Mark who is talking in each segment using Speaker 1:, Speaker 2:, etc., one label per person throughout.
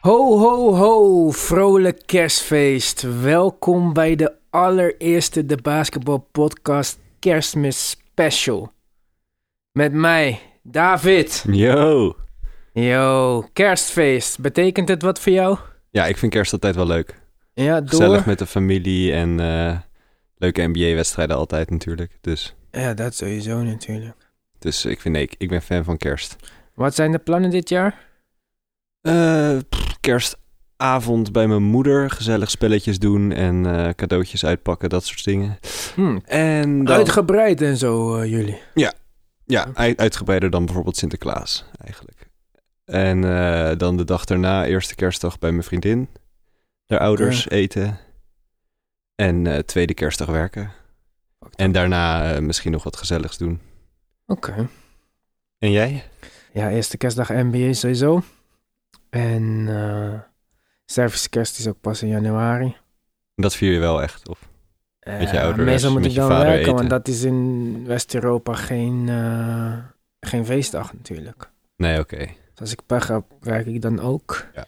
Speaker 1: Ho, ho, ho, vrolijk kerstfeest. Welkom bij de allereerste De Basketbal Podcast Kerstmis Special. Met mij, David.
Speaker 2: Yo!
Speaker 1: Yo, kerstfeest. Betekent het wat voor jou?
Speaker 2: Ja, ik vind kerst altijd wel leuk.
Speaker 1: Ja, door.
Speaker 2: Gezellig met de familie en eh, leuke NBA-wedstrijden altijd natuurlijk. Dus,
Speaker 1: Ja, dat sowieso natuurlijk.
Speaker 2: dus ik vind nee, ik, ik ben fan van kerst.
Speaker 1: Wat zijn de plannen dit jaar?
Speaker 2: Eh, pff, kerstavond bij mijn moeder, gezellig spelletjes doen en eh, cadeautjes uitpakken, dat soort dingen.
Speaker 1: Hm,
Speaker 2: En dan,
Speaker 1: uitgebreid en zo, eh, jullie.
Speaker 2: ja, uit- uitgebreider dan bijvoorbeeld Sinterklaas eigenlijk. En eh, dan de dag daarna, eerste kerstdag bij mijn vriendin. Haar ouders eten. En eh, tweede kerstdag werken. En daarna eh, misschien nog wat gezelligs doen.
Speaker 1: Oké.
Speaker 2: En jij?
Speaker 1: Ja, eerste kerstdag NBA sowieso. En eh Servische kerst is ook pas in januari.
Speaker 2: Dat vier je wel echt, of?
Speaker 1: Eh,
Speaker 2: Met je ouders,
Speaker 1: Meestal moet
Speaker 2: met
Speaker 1: ik
Speaker 2: je
Speaker 1: dan
Speaker 2: vader
Speaker 1: werken,
Speaker 2: eten.
Speaker 1: want dat is in West-Europa geen, eh, geen feestdag natuurlijk.
Speaker 2: Nee, oké.
Speaker 1: Dus als ik pech heb, werk ik dan ook.
Speaker 2: Ja.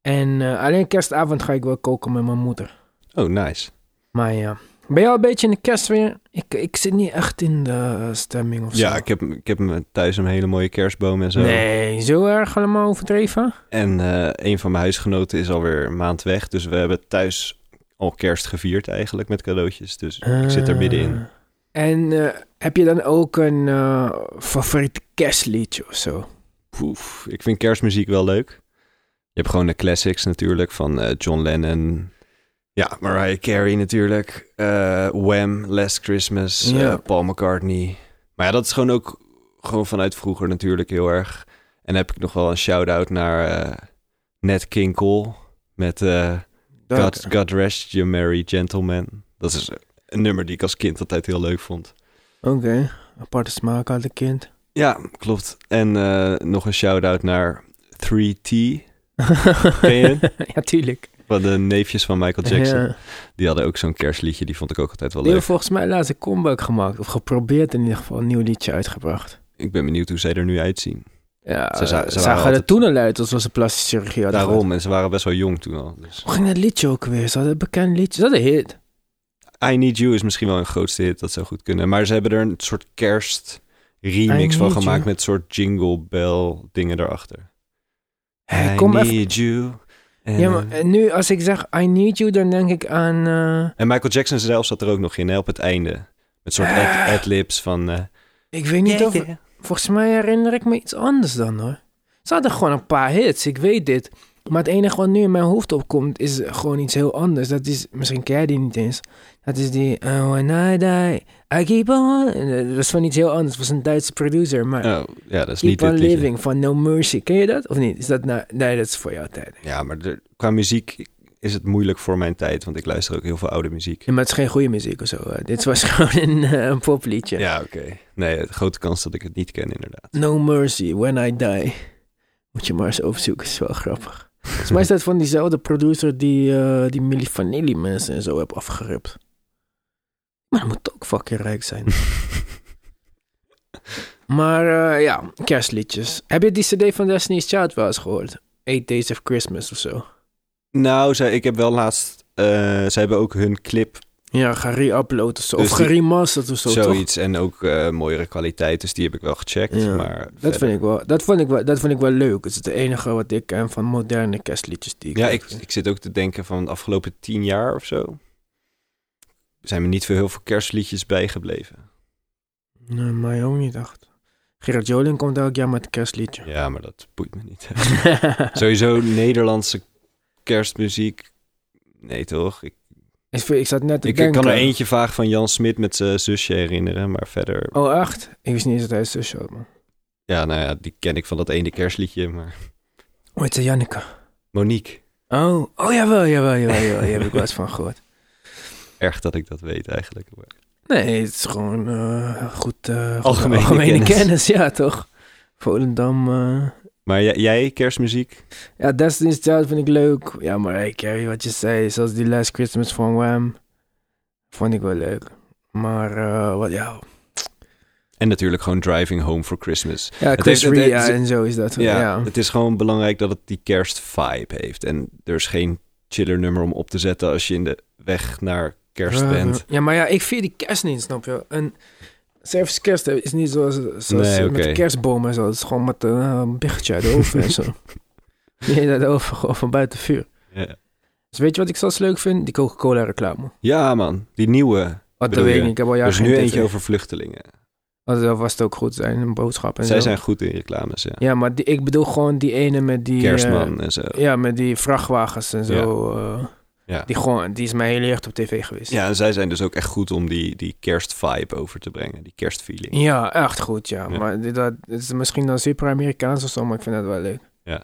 Speaker 1: En eh, alleen kerstavond ga ik wel koken met mijn moeder.
Speaker 2: Oh, nice.
Speaker 1: Maar ja, ben je al een beetje in de kerstweer? Ik, ik zit niet echt in de eh, stemming of
Speaker 2: Ja,
Speaker 1: zo.
Speaker 2: ik heb, ik heb me thuis een hele mooie kerstboom en zo.
Speaker 1: Nee, zo erg allemaal overdreven?
Speaker 2: En eh, een van mijn huisgenoten is alweer een maand weg. Dus we hebben thuis al kerst gevierd eigenlijk met cadeautjes. Dus ik zit er middenin.
Speaker 1: Eh, En eh, heb je dan ook een eh, favoriet kerstliedje of zo?
Speaker 2: Poef, ik vind kerstmuziek wel leuk. Je hebt gewoon de classics natuurlijk van eh, John Lennon. Ja, Mariah Carey natuurlijk. eh, Wham, Last Christmas,
Speaker 1: Ja.
Speaker 2: eh, Paul McCartney. Maar ja, dat is gewoon ook gewoon vanuit vroeger natuurlijk heel erg. En dan heb ik nog wel een shout-out naar eh Nat King Cole met eh, God, God Rest You Merry Gentleman. Dat is een nummer die ik als kind altijd heel leuk vond.
Speaker 1: Oké, aparte smaak had ik kind.
Speaker 2: Ja, klopt. En eh, nog een shout-out naar 3T. Ken je
Speaker 1: ja, tuurlijk.
Speaker 2: Van de neefjes van Michael Jackson.
Speaker 1: Ja.
Speaker 2: Die hadden ook zo'n kerstliedje. Die vond ik ook altijd wel
Speaker 1: Die hebben
Speaker 2: leuk.
Speaker 1: volgens mij laatst een comeback gemaakt. Of geprobeerd in ieder geval een nieuw liedje uitgebracht.
Speaker 2: Ik ben benieuwd hoe zij er nu uitzien.
Speaker 1: Ja, ze,
Speaker 2: Ze za- ze waren
Speaker 1: zagen er
Speaker 2: altijd-
Speaker 1: toen al uit alsof ze plastische chirurgie hadden gehad.
Speaker 2: Daarom. En ze waren best wel jong toen al. Dus.
Speaker 1: Hoe ging dat liedje ook weer? Ze hadden een bekend liedje. Is dat een hit?
Speaker 2: I Need You is misschien wel een grootste hit. Dat zou goed kunnen. Maar ze hebben er een soort kerst
Speaker 1: I
Speaker 2: remix van
Speaker 1: Need
Speaker 2: gemaakt.
Speaker 1: You.
Speaker 2: Met een soort jingle bell dingen erachter.
Speaker 1: Hey,
Speaker 2: I
Speaker 1: kom
Speaker 2: Need
Speaker 1: even.
Speaker 2: You. En,
Speaker 1: Ja, maar eh, nu als ik zeg I need you, dan denk ik aan... eh,
Speaker 2: en Michael Jackson zelf zat er ook nog in hè, op het einde. Met soort
Speaker 1: Ah.
Speaker 2: ad- adlibs van... eh,
Speaker 1: ik weet niet
Speaker 2: yeah,
Speaker 1: of...
Speaker 2: yeah.
Speaker 1: Volgens mij herinner ik me iets anders dan hoor. Ze hadden gewoon een paar hits, ik weet dit. Maar het enige wat nu in mijn hoofd opkomt is gewoon iets heel anders. Dat is, misschien ken jij die niet eens. Dat is die, oh when I die, I keep on. Eh, Dat was van iets heel anders, het was een Duitse producer. Maar
Speaker 2: Oh, ja, dat is niet
Speaker 1: Keep
Speaker 2: dit
Speaker 1: on
Speaker 2: liedje.
Speaker 1: Living van No Mercy, ken je dat? Of niet? Is dat nou, nee, dat is voor jouw tijd.
Speaker 2: Ja, maar er- qua muziek is het moeilijk voor mijn tijd, want ik luister ook heel veel oude muziek.
Speaker 1: Ja, maar het is geen goede muziek of zo. eh. dit was gewoon een, eh, een popliedje.
Speaker 2: Ja, oké. Nee, het- grote kans dat ik het niet ken, inderdaad.
Speaker 1: No Mercy, When I Die. Moet je maar eens opzoeken, is wel grappig. Volgens mij is dat van diezelfde producer die eh die Milli Vanilli mensen en zo heb afgeript. Maar dat moet ook fucking rijk zijn. maar eh, ja, kerstliedjes. Heb je die cd van Destiny's Child wel eens gehoord? Eight Days of Christmas of zo.
Speaker 2: Nou, zij, ik heb wel laatst... eh zij hebben ook hun clip,
Speaker 1: Ja, gere-upload of zo.
Speaker 2: Dus
Speaker 1: of
Speaker 2: die-
Speaker 1: geremasterd of zo, toch?
Speaker 2: zoiets, en ook eh, mooiere kwaliteit, dus die heb ik wel gecheckt.
Speaker 1: Ja,
Speaker 2: maar
Speaker 1: Dat
Speaker 2: verder-
Speaker 1: vind, ik wel, dat, vond ik wel, dat vond ik wel leuk. Het is het enige wat ik ken van moderne kerstliedjes die ik
Speaker 2: Ja,
Speaker 1: leuk
Speaker 2: ik,
Speaker 1: vind.
Speaker 2: ik zit ook te denken van de afgelopen tien jaar of zo... zijn me niet veel heel veel kerstliedjes bijgebleven.
Speaker 1: Nee, mij ook niet echt. Gerard Joling komt elk jaar met een kerstliedje.
Speaker 2: Ja, maar dat boeit me niet. Sowieso Nederlandse kerstmuziek. Nee, toch? Ik,
Speaker 1: ik, vind- ik zat net te
Speaker 2: ik
Speaker 1: denken.
Speaker 2: kan er eentje vaag van Jan Smit met zijn zusje herinneren, maar verder...
Speaker 1: Oh, echt? Ik wist niet eens dat hij een zusje had, man.
Speaker 2: Ja, nou ja, die ken ik van dat ene kerstliedje, maar...
Speaker 1: Oh, het is Janneke.
Speaker 2: Monique,
Speaker 1: Oh, oh jawel, jawel, jawel, jawel. Hier heb ik wel eens van gehoord.
Speaker 2: erg dat ik dat weet eigenlijk. maar-
Speaker 1: Nee, het is gewoon eh, goed... eh, goed
Speaker 2: Algemene kennis.
Speaker 1: ja toch? Volendam... eh.
Speaker 2: Maar jij, jij, kerstmuziek?
Speaker 1: Ja, Destiny's Child vind ik leuk. Ja, maar hey, Carrie, wat je zei, zoals die Last Christmas van Wham, vond ik wel leuk. Maar eh, wat ja,
Speaker 2: En natuurlijk gewoon Driving Home for Christmas.
Speaker 1: Ja,
Speaker 2: Het
Speaker 1: Chris
Speaker 2: heeft- het-
Speaker 1: Ria
Speaker 2: het-
Speaker 1: en zo is dat.
Speaker 2: Ja,
Speaker 1: Ja.
Speaker 2: het is gewoon belangrijk dat het die kerstvibe heeft. En er is geen chiller nummer om op te zetten als je in de weg naar kerst bent.
Speaker 1: Ja, maar ja, ik vier die kerst niet, snap je? En zelfs kerst eh, is niet zoals, zoals
Speaker 2: Nee,
Speaker 1: met
Speaker 2: oké.
Speaker 1: de kerstbomen en zo. Het is gewoon met een eh, biggetje uit de oven en zo. Nee, dat oven gewoon van buiten vuur.
Speaker 2: Ja.
Speaker 1: Dus weet je wat ik zelfs leuk vind? Die Coca-Cola reclame.
Speaker 2: Ja, man, die nieuwe.
Speaker 1: Wat de
Speaker 2: Bedoel
Speaker 1: weet ik
Speaker 2: je?
Speaker 1: niet, ik heb al
Speaker 2: Er
Speaker 1: jaren
Speaker 2: is
Speaker 1: geen
Speaker 2: nu
Speaker 1: tv.
Speaker 2: eentje over vluchtelingen.
Speaker 1: Want dat was het ook goed zijn, een boodschap en
Speaker 2: Zij
Speaker 1: zo.
Speaker 2: zijn goed in reclames, ja.
Speaker 1: Ja, maar die, ik bedoel gewoon die ene met die... eh,
Speaker 2: Kerstman en zo.
Speaker 1: ja, met die vrachtwagens en zo. eh,
Speaker 2: Ja.
Speaker 1: die, gewoon, die is mij heel erg op tv geweest.
Speaker 2: Ja, en zij zijn dus ook echt goed om die, die kerstvibe over te brengen. Die kerstfeeling.
Speaker 1: Ja, echt goed, ja.
Speaker 2: Ja.
Speaker 1: Maar dit- dat het is misschien dan super Amerikaans of zo, maar ik vind dat wel leuk.
Speaker 2: Ja.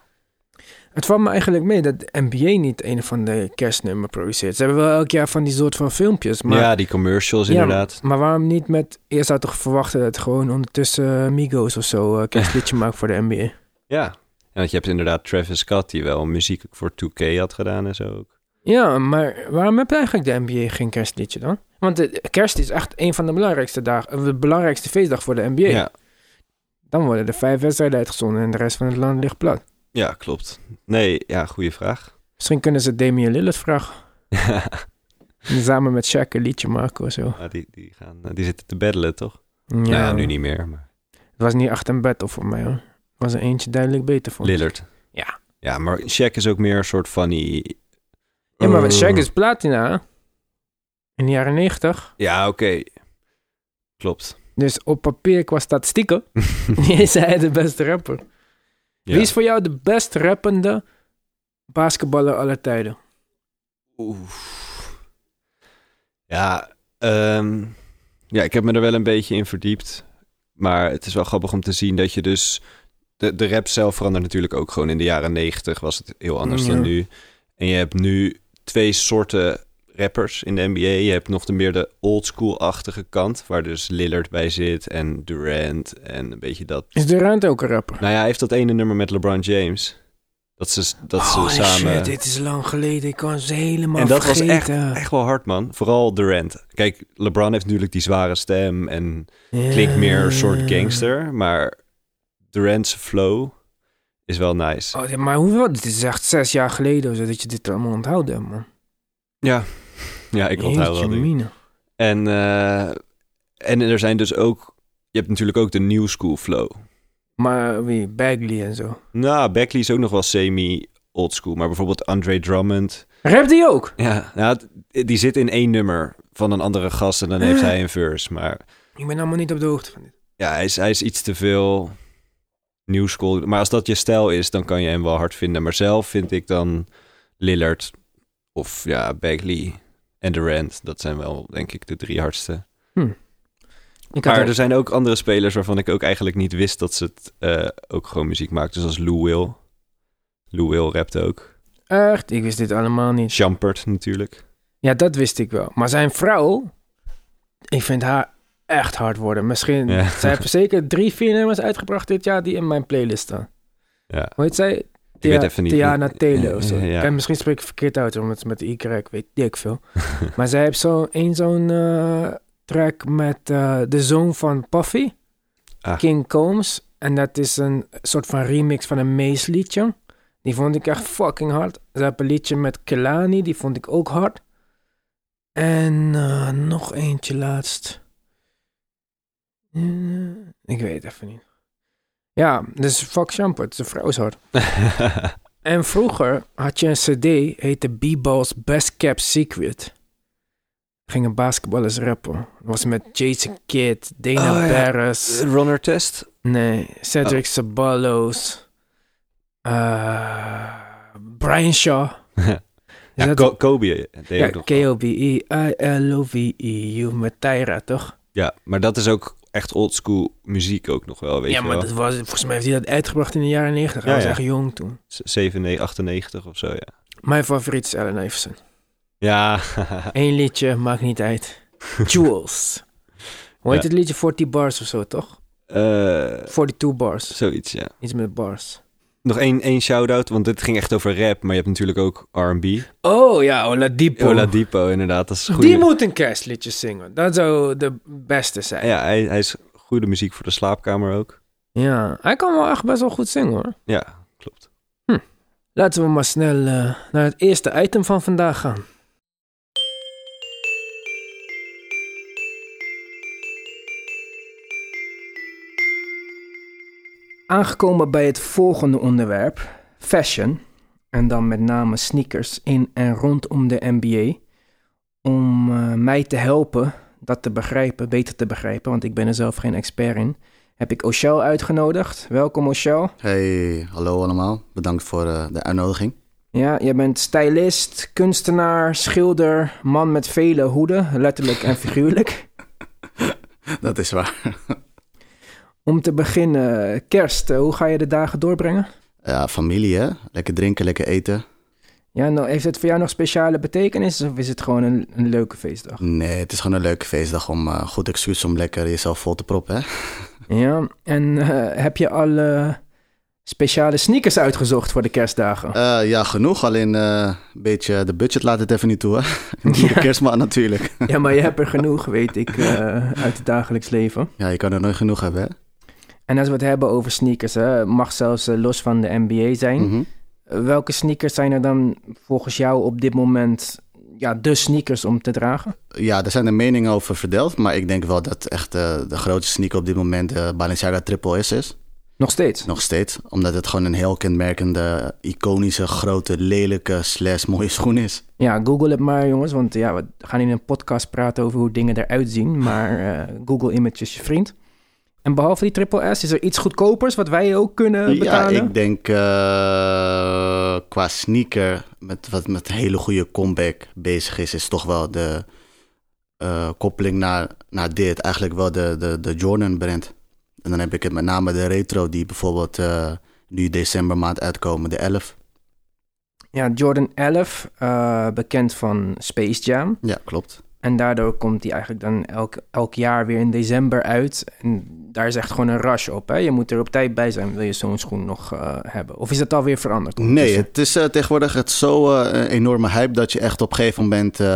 Speaker 1: Het valt me eigenlijk mee dat de NBA niet een van de kerstnummer produceert. Ze hebben wel elk jaar van die soort van filmpjes, maar...
Speaker 2: ja, die commercials
Speaker 1: Ja,
Speaker 2: inderdaad.
Speaker 1: Maar waarom niet met... Je zou toch verwachten dat gewoon ondertussen eh, Migos of zo eh, een kerstliedje maakt voor de NBA?
Speaker 2: Ja. En want je hebt inderdaad Travis Scott, die wel muziek voor 2K had gedaan en zo ook.
Speaker 1: Ja, maar waarom heb eigenlijk de NBA geen kerstliedje dan? Want de kerst is echt een van de belangrijkste dagen, de belangrijkste feestdag voor de NBA.
Speaker 2: Ja,
Speaker 1: Dan worden er vijf wedstrijden uitgezonden en de rest van het land ligt plat.
Speaker 2: ja, klopt. Nee, ja, goede vraag.
Speaker 1: Misschien kunnen ze Damian Lillard vragen. en Samen met Shaq een liedje maken of zo.
Speaker 2: Maar die, die, gaan, eh, die zitten te beddelen, toch?
Speaker 1: Ja,
Speaker 2: Nou ja, nu niet meer, maar
Speaker 1: Het was niet acht en battle voor mij hoor. Was er eentje duidelijk beter voor.
Speaker 2: Lillard.
Speaker 1: Ja.
Speaker 2: Ja, maar Shaq is ook meer een soort funny...
Speaker 1: Ja, maar
Speaker 2: Eh,
Speaker 1: Shaq is platina. hè? In de jaren negentig.
Speaker 2: Ja, oké. Klopt.
Speaker 1: Dus op papier qua statistieken is hij de beste rapper.
Speaker 2: Ja.
Speaker 1: Wie is voor jou de best rappende basketballer aller tijden?
Speaker 2: Oef. Ja, ehm, ja, ik heb me er wel een beetje in verdiept. Maar het is wel grappig om te zien dat je dus... De, de rap zelf verandert natuurlijk ook gewoon. In de jaren negentig was het heel anders
Speaker 1: Ja.
Speaker 2: dan nu. En je hebt nu twee soorten rappers in de NBA. Je hebt nog de meer de oldschool-achtige kant... waar dus Lillard bij zit en Durant en een beetje dat...
Speaker 1: Is Durant ook een rapper?
Speaker 2: Nou ja, hij heeft dat ene nummer met LeBron James. Dat ze, dat ze
Speaker 1: Holy
Speaker 2: samen...
Speaker 1: shit, dit is lang geleden. Ik kan ze helemaal
Speaker 2: En dat was echt,
Speaker 1: vergeten.
Speaker 2: echt wel hard, man. Vooral Durant. Kijk, LeBron heeft natuurlijk die zware stem en
Speaker 1: Ja.
Speaker 2: klinkt meer een
Speaker 1: Eh.
Speaker 2: soort gangster. Maar Durant's flow is wel nice.
Speaker 1: Oh, ja, maar hoeveel? Dit is echt zes jaar geleden of zo, dat je dit allemaal onthouden hebt, man.
Speaker 2: Ja. Ja, ik onthoud wel
Speaker 1: Jeetje
Speaker 2: dingen.
Speaker 1: mine.
Speaker 2: En, eh, en er zijn dus ook... Je hebt natuurlijk ook de new school flow.
Speaker 1: Maar wie? Bagley en zo.
Speaker 2: Nou, Beckley is ook nog wel semi-old school. Maar bijvoorbeeld Andre Drummond...
Speaker 1: Rapt die ook?
Speaker 2: Ja, nou, het- die zit in één nummer van een andere gast en dan
Speaker 1: Eh.
Speaker 2: heeft hij een verse. Maar
Speaker 1: Ik ben allemaal niet op de hoogte van dit.
Speaker 2: Ja, hij is, hij is iets te veel new school. Maar als dat je stijl is, dan kan je hem wel hard vinden. Maar zelf vind ik dan Lillard of ja, Bagley en Durant. Dat zijn wel, denk ik, de drie hardste.
Speaker 1: Ik had
Speaker 2: Maar
Speaker 1: er- dus
Speaker 2: er zijn ook andere spelers waarvan ik ook eigenlijk niet wist dat ze het eh, ook gewoon muziek maakten. Zoals Lou Will. Lou Will rapt ook.
Speaker 1: Echt? Ik wist dit allemaal niet.
Speaker 2: Champert natuurlijk.
Speaker 1: Ja, dat wist ik wel. Maar zijn vrouw, ik vind haar echt hard worden. Misschien,
Speaker 2: Ja.
Speaker 1: zij heeft zeker drie, vier nummers uitgebracht dit jaar die in mijn playlist staan.
Speaker 2: Ja.
Speaker 1: Hoe heet zij?
Speaker 2: Ik weet
Speaker 1: Thea-
Speaker 2: even niet.
Speaker 1: Tiana Taylor of zo.
Speaker 2: Ja, ja.
Speaker 1: En misschien spreek ik verkeerd uit, omdat het met de Y, weet ik veel. maar zij heeft zo één zo'n eh, track met eh, de zoon van Puffy,
Speaker 2: Ah.
Speaker 1: King Combs. En dat is een soort van remix van een Mace liedje. Die vond ik echt fucking hard. Ze hebben een liedje met Kelani, die vond ik ook hard. En eh, nog eentje laatst. Eh, ik weet even niet. Ja, dus fuck Champert, zijn vrouw is hard. En vroeger had je een cd, heette B-Ball's Best Kept Secret. Ging een basketballers rappen. Dat was met Jason Kidd, Dana
Speaker 2: Oh, ja. Oh.
Speaker 1: Barris,
Speaker 2: Runner test.
Speaker 1: nee, Cedric Sabalos, eh, Brian Shaw.
Speaker 2: Ja,
Speaker 1: dat-
Speaker 2: Ko- Kobe. deed
Speaker 1: ja,
Speaker 2: ook nog.
Speaker 1: E, K-O-B-E-I-L-O-V-E-U E, met Tyra, toch?
Speaker 2: Ja, maar dat is ook echt oldschool muziek ook nog wel, weet
Speaker 1: ja,
Speaker 2: je
Speaker 1: maar
Speaker 2: wel.
Speaker 1: dat was, volgens mij heeft hij dat uitgebracht in de jaren 90. Hij
Speaker 2: Ja,
Speaker 1: was
Speaker 2: ja.
Speaker 1: echt jong toen.
Speaker 2: 97, 98 of zo, ja.
Speaker 1: Mijn favoriet is Allen Iverson.
Speaker 2: Ja,
Speaker 1: Eén liedje, maakt niet uit. Jewels. Hoe heet
Speaker 2: Ja.
Speaker 1: het liedje? 40 bars of zo, toch?
Speaker 2: eh,
Speaker 1: 42 bars.
Speaker 2: zoiets, ja.
Speaker 1: Iets met bars.
Speaker 2: Nog één, één shout-out, want dit ging echt over rap, maar je hebt natuurlijk ook R&B.
Speaker 1: Oh ja, Oladipo.
Speaker 2: Oladipo, inderdaad, dat is goed.
Speaker 1: Die moet een kerstliedje zingen. Dat zou de beste zijn.
Speaker 2: Ja, hij, hij is Goede muziek voor de slaapkamer ook.
Speaker 1: Ja, hij kan wel echt best wel goed zingen hoor.
Speaker 2: Ja, klopt.
Speaker 1: Laten we maar snel eh, naar het eerste item van vandaag gaan. Aangekomen bij het volgende onderwerp, fashion. En dan met name sneakers in en rondom de NBA. Om eh, mij te helpen dat te begrijpen, beter te begrijpen, want ik ben er zelf geen expert in. Heb ik Oshel uitgenodigd. Welkom Oshel.
Speaker 3: Hey, hallo allemaal. Bedankt voor eh, de uitnodiging.
Speaker 1: Ja, jij bent stylist, kunstenaar, schilder, man met vele hoeden, letterlijk en figuurlijk.
Speaker 3: Dat is waar.
Speaker 1: Om te beginnen, kerst, eh, hoe ga je de dagen doorbrengen?
Speaker 3: Ja, familie hè? Lekker drinken, lekker eten.
Speaker 1: Ja, nou, heeft het voor jou nog speciale betekenis of is het gewoon een, een leuke feestdag?
Speaker 3: Nee, het is gewoon een leuke feestdag om eh, goed excuus om lekker jezelf vol te proppen hè?
Speaker 1: Ja, en eh, heb je al eh, speciale sneakers uitgezocht voor de kerstdagen?
Speaker 3: Eh, ja, genoeg. Alleen eh, een beetje de budget laat het even niet toe hè? De
Speaker 1: Ja,
Speaker 3: kerstman natuurlijk.
Speaker 1: ja, maar je hebt er genoeg, weet ik, eh, uit het dagelijks leven.
Speaker 3: Ja, je kan er nooit genoeg hebben hè?
Speaker 1: En als we het hebben over sneakers, hè, mag zelfs eh, los van de NBA zijn.
Speaker 3: Mhm.
Speaker 1: Welke sneakers zijn er dan volgens jou op dit moment ja, de sneakers om te dragen?
Speaker 3: Ja, daar zijn de meningen over verdeeld. Maar ik denk wel dat echt eh, de grootste sneaker op dit moment de Balenciaga Triple S is.
Speaker 1: Nog steeds.
Speaker 3: Nog steeds. Omdat het gewoon een heel kenmerkende, iconische, grote, lelijke, slash mooie schoen is.
Speaker 1: Ja, Google het maar jongens, want ja, we gaan in een podcast praten over hoe dingen eruit zien. Maar eh, Google Image is je vriend. En behalve die triple S, is er iets goedkopers wat wij ook kunnen
Speaker 3: Ja,
Speaker 1: betalen?
Speaker 3: ik denk eh, qua sneaker, met, wat met een hele goede comeback bezig is, is toch wel de eh, koppeling naar, naar dit. Eigenlijk wel de, de, de Jordan brand. En dan heb ik het met name de retro, die bijvoorbeeld eh, nu december maand uitkomen, de 11.
Speaker 1: Ja, Jordan 11, eh, bekend van Space Jam.
Speaker 3: Ja, klopt.
Speaker 1: En daardoor komt die eigenlijk dan elk, elk jaar weer in december uit. En daar is echt gewoon een rush op. Hè? Je moet er op tijd bij zijn, wil je zo'n schoen nog eh, hebben. Of is dat alweer veranderd?
Speaker 3: Nee, het is eh, tegenwoordig het zo eh, een enorme hype dat je echt op een gegeven moment... eh,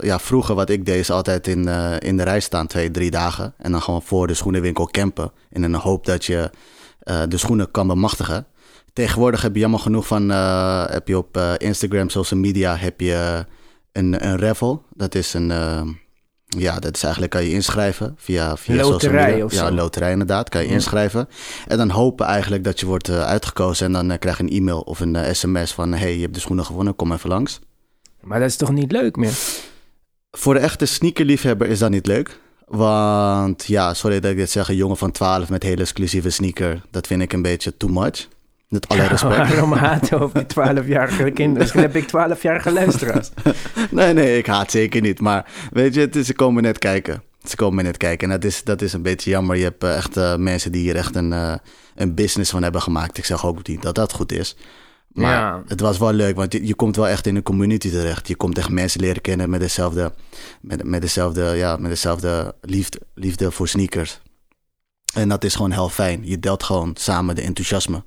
Speaker 3: ja, vroeger wat ik deed is altijd in, eh, in de rij staan twee, drie dagen. En dan gewoon voor de schoenenwinkel campen. En in de hoop dat je eh, de schoenen kan bemachtigen. Tegenwoordig heb je jammer genoeg van... eh, heb je op eh, Instagram, social media heb je een, een raffle. Dat is een... eh, ja, dat is eigenlijk kan je inschrijven via, via social
Speaker 1: Loterij
Speaker 3: media.
Speaker 1: of
Speaker 3: ja,
Speaker 1: zo.
Speaker 3: loterij inderdaad, kan je
Speaker 1: Ja.
Speaker 3: inschrijven. En dan hopen eigenlijk dat je wordt eh, uitgekozen. En dan eh, krijg je een e-mail of een eh, sms van... hey, je hebt de schoenen gewonnen, kom even langs.
Speaker 1: Maar dat is toch niet leuk meer?
Speaker 3: Voor de echte sneakerliefhebber is dat niet leuk. Want ja, sorry dat ik dit zeg, een jongen van 12 met hele exclusieve sneaker... dat vind ik een beetje too much. Met alle respect.
Speaker 1: Waarom haat over die 12-jarige kinderen? Misschien heb ik 12-jarige luisteraars.
Speaker 3: nee, nee, ik haat zeker niet. Maar weet je, het is, ze komen net kijken. Ze komen net kijken. En dat is, dat is een beetje jammer. Je hebt eh, echt eh, mensen die hier echt een, eh, een business van hebben gemaakt. Ik zeg ook niet dat dat goed is. Maar
Speaker 1: Ja.
Speaker 3: het was wel leuk, want je, je komt wel echt in een community terecht. Je komt echt mensen leren kennen met dezelfde, met, met dezelfde, ja, met dezelfde liefde, liefde voor sneakers. En dat is gewoon heel fijn. Je deelt gewoon samen de enthousiasme.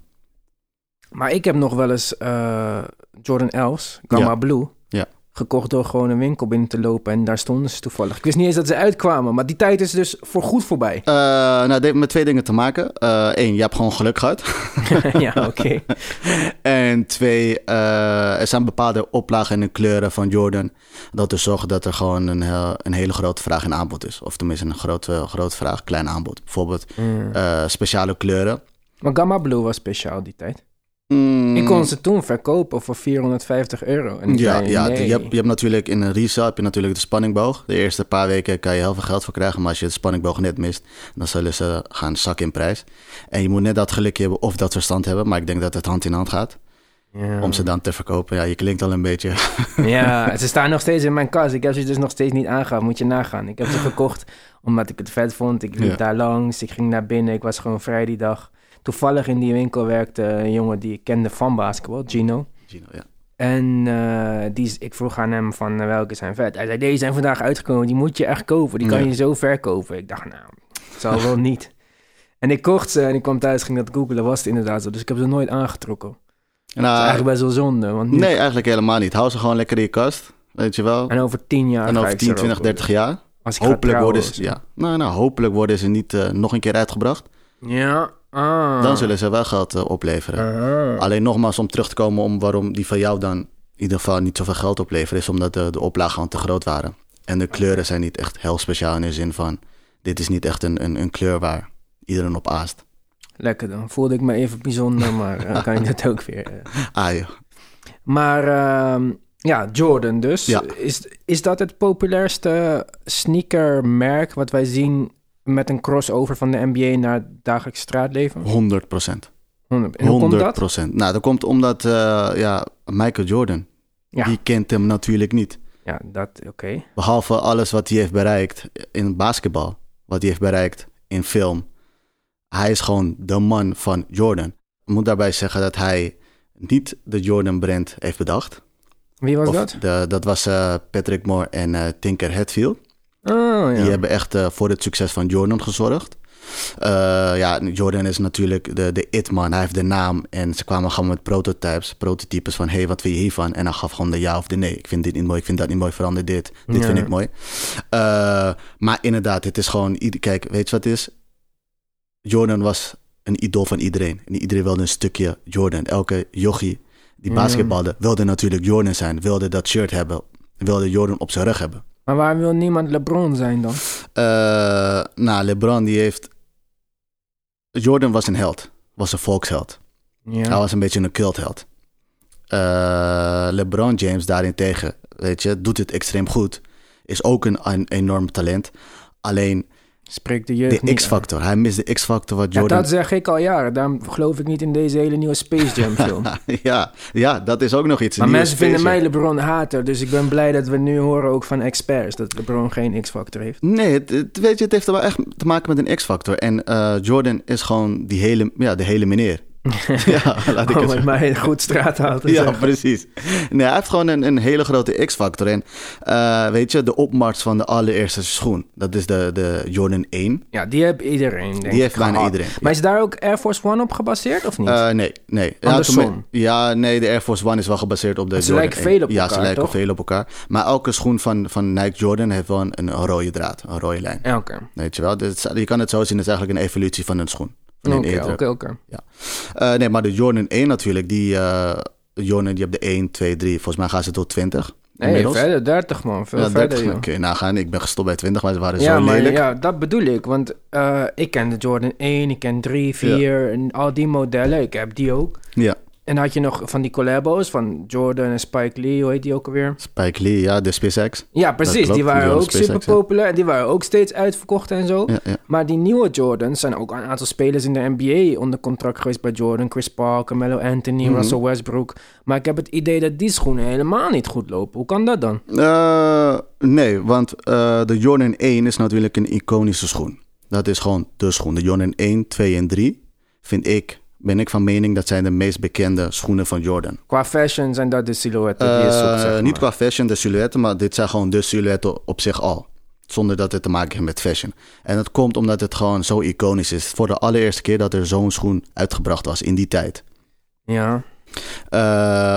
Speaker 1: Maar ik heb nog wel eens eh, Jordan 11's, Gamma
Speaker 3: Ja.
Speaker 1: Blue,
Speaker 3: Ja.
Speaker 1: gekocht door gewoon een winkel binnen te lopen. En daar stonden ze toevallig. Ik wist niet eens dat ze uitkwamen, maar die tijd is dus voorgoed voorbij.
Speaker 3: Eh, nou, dat heeft met twee dingen te maken. Eén, je hebt gewoon geluk gehad.
Speaker 1: ja, oké.
Speaker 3: En twee, eh, er zijn bepaalde oplagen en kleuren van Jordan. Dat er zorgen dat er gewoon een, heel- een hele grote vraag en aanbod is. Of tenminste een grote, grote vraag, klein aanbod. Bijvoorbeeld
Speaker 1: Mm.
Speaker 3: eh, speciale kleuren.
Speaker 1: Maar Gamma Blue was speciaal die tijd.
Speaker 3: Mm,
Speaker 1: Ik kon ze toen verkopen voor 450 euro. En ik
Speaker 3: Ja,
Speaker 1: zei,
Speaker 3: ja
Speaker 1: nee.
Speaker 3: je, hebt, je hebt natuurlijk in een resale heb je natuurlijk de spanningboog. De eerste paar weken kan je heel veel geld voor krijgen. Maar als je de spanningboog net mist, dan zullen ze gaan zakken in prijs. En je moet net dat geluk hebben of dat verstand hebben. Maar ik denk dat het hand in hand gaat.
Speaker 1: Ja.
Speaker 3: Om ze dan te verkopen. Ja, je klinkt al een beetje...
Speaker 1: Ja, ze staan nog steeds in mijn kast. Ik heb ze dus nog steeds niet aangehaald, moet je nagaan. Ik heb ze gekocht omdat ik het vet vond. Ik liep
Speaker 3: Ja.
Speaker 1: daar langs, ik ging naar binnen. Ik was gewoon vrij die dag. Toevallig in die winkel werkte een jongen die ik kende van basketbal, Gino.
Speaker 3: Gino, ja.
Speaker 1: En eh, die, is- ik vroeg aan hem van eh, welke zijn vet. Hij zei, deze zijn vandaag uitgekomen, die moet je echt kopen. Die kan
Speaker 3: Ja.
Speaker 1: je zo verkopen. Ik dacht, nou, het zal wel niet. En ik kocht ze en ik kwam thuis, ging dat googelen, was het inderdaad zo. Dus ik heb ze nooit aangetrokken. Dat is
Speaker 3: Nou,
Speaker 1: eigenlijk best wel zonde, want nu-
Speaker 3: Nee, eigenlijk helemaal niet. Hou ze gewoon lekker in je kast, weet je wel.
Speaker 1: en over tien jaar
Speaker 3: En
Speaker 1: ga
Speaker 3: over
Speaker 1: ik ze
Speaker 3: 10, 20,
Speaker 1: erover.
Speaker 3: 30 jaar
Speaker 1: Als ik ga
Speaker 3: Hopelijk
Speaker 1: trouwen
Speaker 3: worden
Speaker 1: of
Speaker 3: ze,
Speaker 1: zo.
Speaker 3: ja. nou, nou, hopelijk worden ze niet eh, nog een keer uitgebracht.
Speaker 1: Ja. Ah.
Speaker 3: Dan zullen ze wel geld eh, opleveren.
Speaker 1: Ah.
Speaker 3: Alleen nogmaals, om terug te komen om waarom die van jou dan in ieder geval niet zoveel geld opleveren, is omdat de, de oplagen gewoon te groot waren. En de kleuren zijn niet echt heel speciaal in de zin van, dit is niet echt een, een, een kleur waar iedereen op aast.
Speaker 1: Lekker dan. Voelde ik me even bijzonder, maar dan kan ik dat ook weer. eh.
Speaker 3: Ah joh.
Speaker 1: Maar ehm, ja, Jordan dus.
Speaker 3: Ja.
Speaker 1: Is, is dat het populairste sneakermerk wat wij zien met een crossover van de NBA naar het dagelijks straatleven?
Speaker 3: 100 procent.
Speaker 1: 100. En hoe komt
Speaker 3: 100
Speaker 1: dat?
Speaker 3: procent. Nou, dat komt omdat eh, ja, Michael Jordan,
Speaker 1: Ja.
Speaker 3: die kent hem natuurlijk niet.
Speaker 1: Ja, dat, oké.
Speaker 3: Behalve alles wat hij heeft bereikt in basketbal, wat hij heeft bereikt in film. Hij is gewoon de man van Jordan. Ik moet daarbij zeggen dat hij niet de Jordan-brand heeft bedacht.
Speaker 1: Wie was
Speaker 3: Of
Speaker 1: dat?
Speaker 3: De, dat was eh, Patrick Moore en eh, Tinker Hatfield.
Speaker 1: Oh,
Speaker 3: Die
Speaker 1: ja.
Speaker 3: hebben echt eh, voor het succes van Jordan gezorgd. Eh, ja, Jordan is natuurlijk de, de it-man. Hij heeft de naam en ze kwamen gewoon met prototypes. Prototypes van, hey, wat vind je hiervan? En hij gaf gewoon de ja of de nee. Ik vind dit niet mooi, ik vind dat niet mooi, verander dit. Dit
Speaker 1: Ja.
Speaker 3: vind ik mooi. Eh, maar inderdaad, het is gewoon... ieder- Kijk, weet je wat het is? Jordan was een idool van iedereen. En iedereen wilde een stukje Jordan. Elke jochie die
Speaker 1: Ja.
Speaker 3: basketbalde wilde natuurlijk Jordan zijn. Wilde dat shirt hebben. Wilde Jordan op zijn rug hebben.
Speaker 1: Maar waarom wil niemand LeBron zijn dan?
Speaker 3: Eh, nou, LeBron die heeft... Jordan was een held. Was een volksheld. Hij
Speaker 1: Ja.
Speaker 3: was een beetje een cultheld. Eh, LeBron James daarentegen, weet je, doet het extreem goed. Is ook een, een enorm talent. Alleen
Speaker 1: Spreekt de jeugd
Speaker 3: de
Speaker 1: niet aan.
Speaker 3: X-factor. Hij mist de X-factor wat
Speaker 1: Ja,
Speaker 3: Jordan...
Speaker 1: dat zeg ik al jaren. Daarom geloof ik niet in deze hele nieuwe Space Jam film.
Speaker 3: ja, ja, dat is ook nog iets.
Speaker 1: maar
Speaker 3: Een nieuwe
Speaker 1: mensen vinden
Speaker 3: special.
Speaker 1: mij LeBron hater. Dus ik ben blij dat we nu horen ook van experts dat LeBron geen X-factor heeft.
Speaker 3: Nee, het, het- weet je, het heeft wel echt te maken met een X-factor. En eh, Jordan is gewoon die hele, ja, de hele meneer. ja, laat ik
Speaker 1: Om
Speaker 3: het
Speaker 1: het
Speaker 3: zo
Speaker 1: mij een goed straat te
Speaker 3: Ja,
Speaker 1: zeggen.
Speaker 3: precies. Nee, hij heeft gewoon een, een hele grote X-factor. En eh, weet je, de opmars van de allereerste schoen, dat is de, de Jordan 1.
Speaker 1: Ja, die heeft iedereen, denk
Speaker 3: Die heeft
Speaker 1: ik,
Speaker 3: bijna
Speaker 1: gehad.
Speaker 3: iedereen.
Speaker 1: Maar is daar ook Air Force One op gebaseerd, of niet?
Speaker 3: Eh, nee, nee. Ja,
Speaker 1: Andersom.
Speaker 3: tenmin- Ja, nee, de Air Force One is wel gebaseerd op de
Speaker 1: ze
Speaker 3: Jordan
Speaker 1: lijken
Speaker 3: 1.
Speaker 1: veel op
Speaker 3: Ja, ze
Speaker 1: elkaar,
Speaker 3: lijken
Speaker 1: toch?
Speaker 3: veel op elkaar. Maar elke schoen van, van Nike Jordan heeft wel een, een rode draad, een rode lijn.
Speaker 1: Ja, Oké,
Speaker 3: Weet je wel? Dus je kan het zo zien, het is eigenlijk een evolutie van een schoen. Van een
Speaker 1: oké,
Speaker 3: eerdruk.
Speaker 1: oké, oké.
Speaker 3: Eh, nee, maar de Jordan 1 natuurlijk, die eh, Jordan, die hebt de 1, 2, 3. Volgens mij gaan ze tot 20.
Speaker 1: Nee,
Speaker 3: inmiddels.
Speaker 1: verder, 30 man, veel
Speaker 3: Ja,
Speaker 1: verder,
Speaker 3: 30.
Speaker 1: joh.
Speaker 3: Kun je nagaan, ik ben gestopt bij 20, maar ze waren
Speaker 1: Ja,
Speaker 3: zo
Speaker 1: maar
Speaker 3: lelijk.
Speaker 1: ja, dat bedoel ik. Want eh, ik ken de Jordan 1, ik ken 3, 4 en al die modellen. Ik heb die ook.
Speaker 3: Ja.
Speaker 1: En had je nog van die collabos van Jordan en Spike Lee, hoe heet die ook alweer?
Speaker 3: Spike Lee, ja, de SpaceX.
Speaker 1: Ja, precies.
Speaker 3: klopt,
Speaker 1: Die waren
Speaker 3: Jordan
Speaker 1: ook
Speaker 3: SpaceX,
Speaker 1: super populair. Die waren ook steeds uitverkocht en zo.
Speaker 3: Ja, ja.
Speaker 1: Maar die nieuwe Jordans zijn ook een aantal spelers in de NBA onder contract geweest bij Jordan. Chris Paul, Carmelo Anthony,
Speaker 3: Mhm.
Speaker 1: Russell Westbrook. Maar ik heb het idee dat die schoenen helemaal niet goed lopen. Hoe kan dat dan?
Speaker 3: Eh, nee, want eh, de Jordan 1 is natuurlijk een iconische schoen. Dat is gewoon de schoen. De Jordan 1, 2 en 3 vind ik, ben ik van mening, dat zijn de meest bekende schoenen van Jordan.
Speaker 1: Qua fashion zijn dat de silhouetten die je
Speaker 3: Eh,
Speaker 1: zoekt, zeg
Speaker 3: niet
Speaker 1: maar.
Speaker 3: qua fashion, de silhouetten, maar dit zijn gewoon de silhouetten op zich al. Zonder dat het te maken heeft met fashion. En dat komt omdat het gewoon zo iconisch is. Voor de allereerste keer dat er zo'n schoen uitgebracht was in die tijd.
Speaker 1: Ja,
Speaker 3: Eh,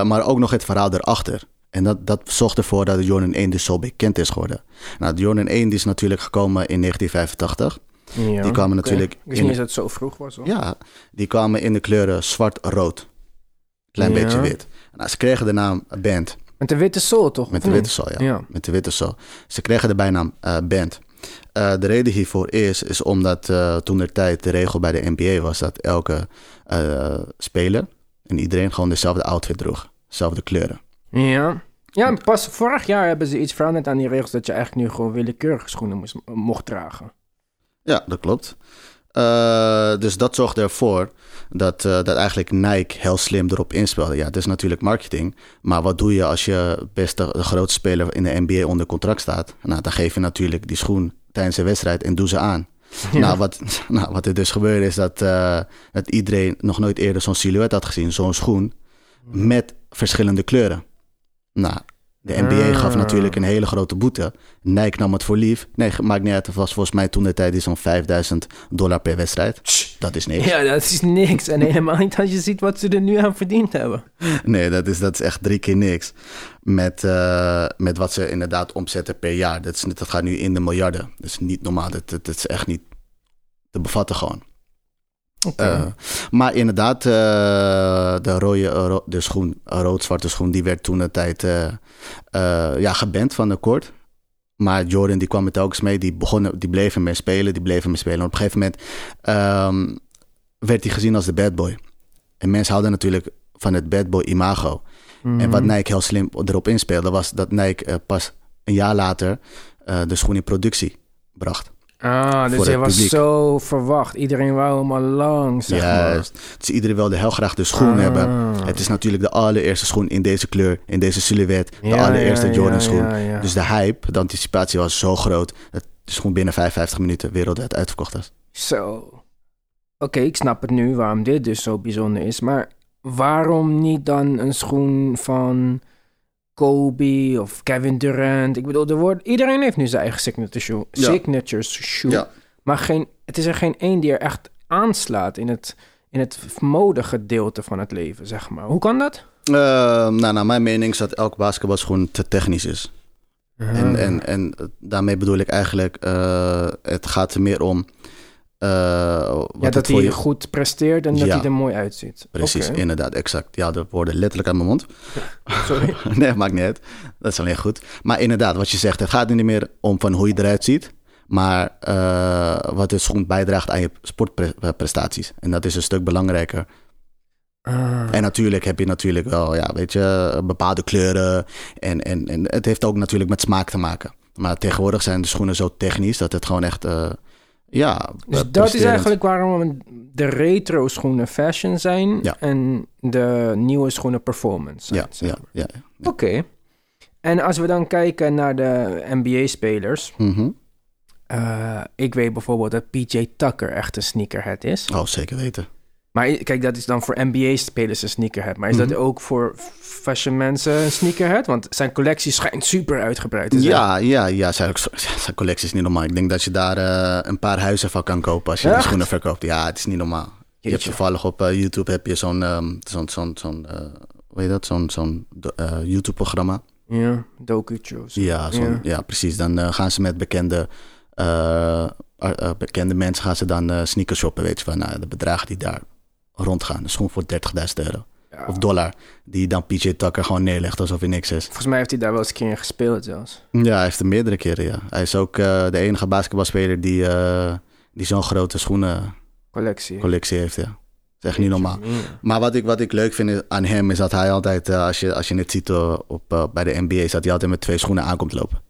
Speaker 3: maar ook nog het verhaal erachter. En dat, dat zorgt ervoor dat de Jordan 1 dus zo bekend is geworden. Nou, de Jordan 1 die is natuurlijk gekomen in 1985.
Speaker 1: ja.
Speaker 3: die kwamen
Speaker 1: Oké.
Speaker 3: natuurlijk
Speaker 1: Ik wist
Speaker 3: in-
Speaker 1: niet eens dat het zo vroeg was. Hoor.
Speaker 3: Ja, die kwamen in de kleuren zwart-rood. Klein
Speaker 1: Ja.
Speaker 3: beetje wit. Nou, ze kregen de naam Band.
Speaker 1: Met de witte sol, toch?
Speaker 3: Met de
Speaker 1: Of
Speaker 3: witte
Speaker 1: niet?
Speaker 3: sol, Oh. ja.
Speaker 1: Ja.
Speaker 3: Met de witte sol. Ze kregen de bijnaam eh, Band. Eh, de reden hiervoor is, is omdat eh, toen de tijd de regel bij de NBA was dat elke eh, speler en iedereen gewoon dezelfde outfit droeg. Dezelfde kleuren.
Speaker 1: Ja. Ja, en pas vorig jaar hebben ze iets veranderd aan die regels... dat je eigenlijk nu gewoon willekeurige schoenen moest, mocht dragen.
Speaker 3: Ja, dat klopt. Eh, dus dat zorgde ervoor dat, eh, dat eigenlijk Nike heel slim erop inspeelde. Ja, het is natuurlijk marketing. Maar wat doe je als je beste, de grootste speler in de NBA onder contract staat? Nou, dan geef je natuurlijk die schoen tijdens de wedstrijd en doe ze aan.
Speaker 1: Ja.
Speaker 3: Nou, wat, nou, wat er dus gebeurde is dat, eh, dat iedereen nog nooit eerder zo'n silhouet had gezien. Zo'n schoen met verschillende kleuren. Nou, De NBA gaf
Speaker 1: Ah.
Speaker 3: natuurlijk een hele grote boete. Nike nam het voor lief. Nee, maakt niet uit. Het was volgens mij toen de tijd iets van 5000 dollar per wedstrijd. Dat is niks.
Speaker 1: Ja, dat is niks. En helemaal niet als je ziet wat ze er nu aan verdiend hebben.
Speaker 3: Nee, dat is, dat is echt drie keer niks. Met, eh, met wat ze inderdaad omzetten per jaar. Dat, is, niet- dat gaat nu in de miljarden. Dat is niet normaal. Dat, dat, dat is echt niet te bevatten gewoon.
Speaker 1: Oké.
Speaker 3: Eh, maar inderdaad, eh, de, rode, eh, ro- de schoen, eh, rood-zwarte schoen, die werd toen een tijd eh, eh, ja, geband van de koord. Maar Jordan die kwam er telkens mee, die, begonnen, die bleef ermee spelen, die bleef ermee spelen. En op een gegeven moment ehm, werd hij gezien als de bad boy. En mensen houden natuurlijk van het bad boy imago. En wat nou
Speaker 1: Mhm.
Speaker 3: Nike heel slim erop inspeelde, was dat Nike eh, pas een jaar later eh, de schoen in productie bracht.
Speaker 1: Ah,
Speaker 3: voor
Speaker 1: dus hij
Speaker 3: het
Speaker 1: was
Speaker 3: publiek.
Speaker 1: zo verwacht. Iedereen wou hem al lang, zeg
Speaker 3: Juist. Dus iedereen wilde heel graag de schoen
Speaker 1: Ah.
Speaker 3: hebben. Het is nou natuurlijk de allereerste schoen in deze kleur, in deze silhouet. De
Speaker 1: maar. Ja,
Speaker 3: allereerste
Speaker 1: ja,
Speaker 3: Jordan
Speaker 1: ja,
Speaker 3: schoen.
Speaker 1: ja, ja.
Speaker 3: Dus de hype, de anticipatie was zo groot. Dat de schoen binnen 55 minuten wereldwijd uitverkocht was.
Speaker 1: Zo. Oké, ik snap het nu waarom dit dus zo bijzonder is. Maar waarom niet dan een schoen van Kobe of Kevin Durant? Ik bedoel, er wordt, iedereen heeft nu zijn eigen signature shoe.
Speaker 3: Ja.
Speaker 1: Signature shoe.
Speaker 3: Ja.
Speaker 1: Maar geen, het is er geen één die er echt aanslaat in het, in het modegedeelte van het leven, zeg maar. Hoe kan dat?
Speaker 3: Eh, nou, naar mijn mening is dat elk basketbalschoen te technisch is. En,
Speaker 1: Ah.
Speaker 3: en, en daarmee bedoel ik eigenlijk, eh, het gaat er meer om. eh, wat
Speaker 1: ja,
Speaker 3: het
Speaker 1: dat
Speaker 3: voor
Speaker 1: hij
Speaker 3: je-
Speaker 1: goed presteert en dat
Speaker 3: Ja.
Speaker 1: hij er mooi uitziet.
Speaker 3: Precies,
Speaker 1: Oké,
Speaker 3: inderdaad, exact. Ja, de woorden letterlijk uit mijn mond.
Speaker 1: Sorry.
Speaker 3: nee, maakt niet uit. Dat is alleen goed. Maar inderdaad, wat je zegt, het gaat nu niet meer om van hoe je eruit ziet. Maar eh, wat de schoen bijdraagt aan je sportprestaties. En dat is een stuk belangrijker.
Speaker 1: Ah.
Speaker 3: En natuurlijk heb je natuurlijk wel, ja, weet je, bepaalde kleuren. En, en, en het heeft ook natuurlijk met smaak te maken. Maar tegenwoordig zijn de schoenen zo technisch dat het gewoon echt, eh, ja.
Speaker 1: Dus dat is
Speaker 3: presterend.
Speaker 1: eigenlijk waarom de retro schoenen fashion zijn
Speaker 3: Ja.
Speaker 1: en de nieuwe schoenen performance zijn.
Speaker 3: Ja,
Speaker 1: zeg
Speaker 3: ja,
Speaker 1: maar.
Speaker 3: ja.
Speaker 1: Oké. En als we dan kijken naar de NBA-spelers.
Speaker 3: Mhm.
Speaker 1: eh, ik weet bijvoorbeeld dat PJ Tucker echt een sneakerhead is.
Speaker 3: Oh, zeker weten.
Speaker 1: Maar i- kijk, dat is dan voor NBA-spelers een sneakerhead. Maar is
Speaker 3: Mhm.
Speaker 1: dat ook voor fashion mensen een sneakerhead? Want zijn collectie schijnt super uitgebreid te zijn.
Speaker 3: Ja, ja, ja. Zijn, zijn collectie is niet normaal. Ik denk dat je daar eh, een paar huizen van kan kopen als je die
Speaker 1: Echt?
Speaker 3: schoenen verkoopt. Ja, het is niet normaal. Je hebt
Speaker 1: Jeetje.
Speaker 3: toevallig op eh, YouTube heb je zo'n, ehm, zo'n, zo'n, zo'n, eh, hoe heet dat? Zo'n, zo'n eh, YouTube-programma.
Speaker 1: Ja, docu'tje of zo.
Speaker 3: Ja, zo'n, ja.
Speaker 1: Ja.
Speaker 3: precies. Dan eh, gaan ze met bekende, eh, ar- eh, bekende mensen gaan ze dan eh sneakers shoppen. Weet je van, nou, de bedragen die daar rondgaan. Een schoen voor 30.000 euro.
Speaker 1: Ja.
Speaker 3: Of dollar. Die dan PJ Tucker gewoon neerlegt alsof hij niks is.
Speaker 1: Volgens mij heeft hij daar wel eens een keer in gespeeld zelfs.
Speaker 3: Ja, hij heeft er meerdere keren, ja. Hij is ook eh, de enige basketbalspeler die, eh, die zo'n grote schoenencollectie
Speaker 1: Collectie.
Speaker 3: heeft, ja. Dat is echt niet normaal.
Speaker 1: Ja.
Speaker 3: Maar wat ik, wat ik leuk vind aan hem is dat hij altijd, eh, als, je, als je het ziet eh, op, eh, bij de NBA, is dat hij altijd met twee schoenen aankomt lopen.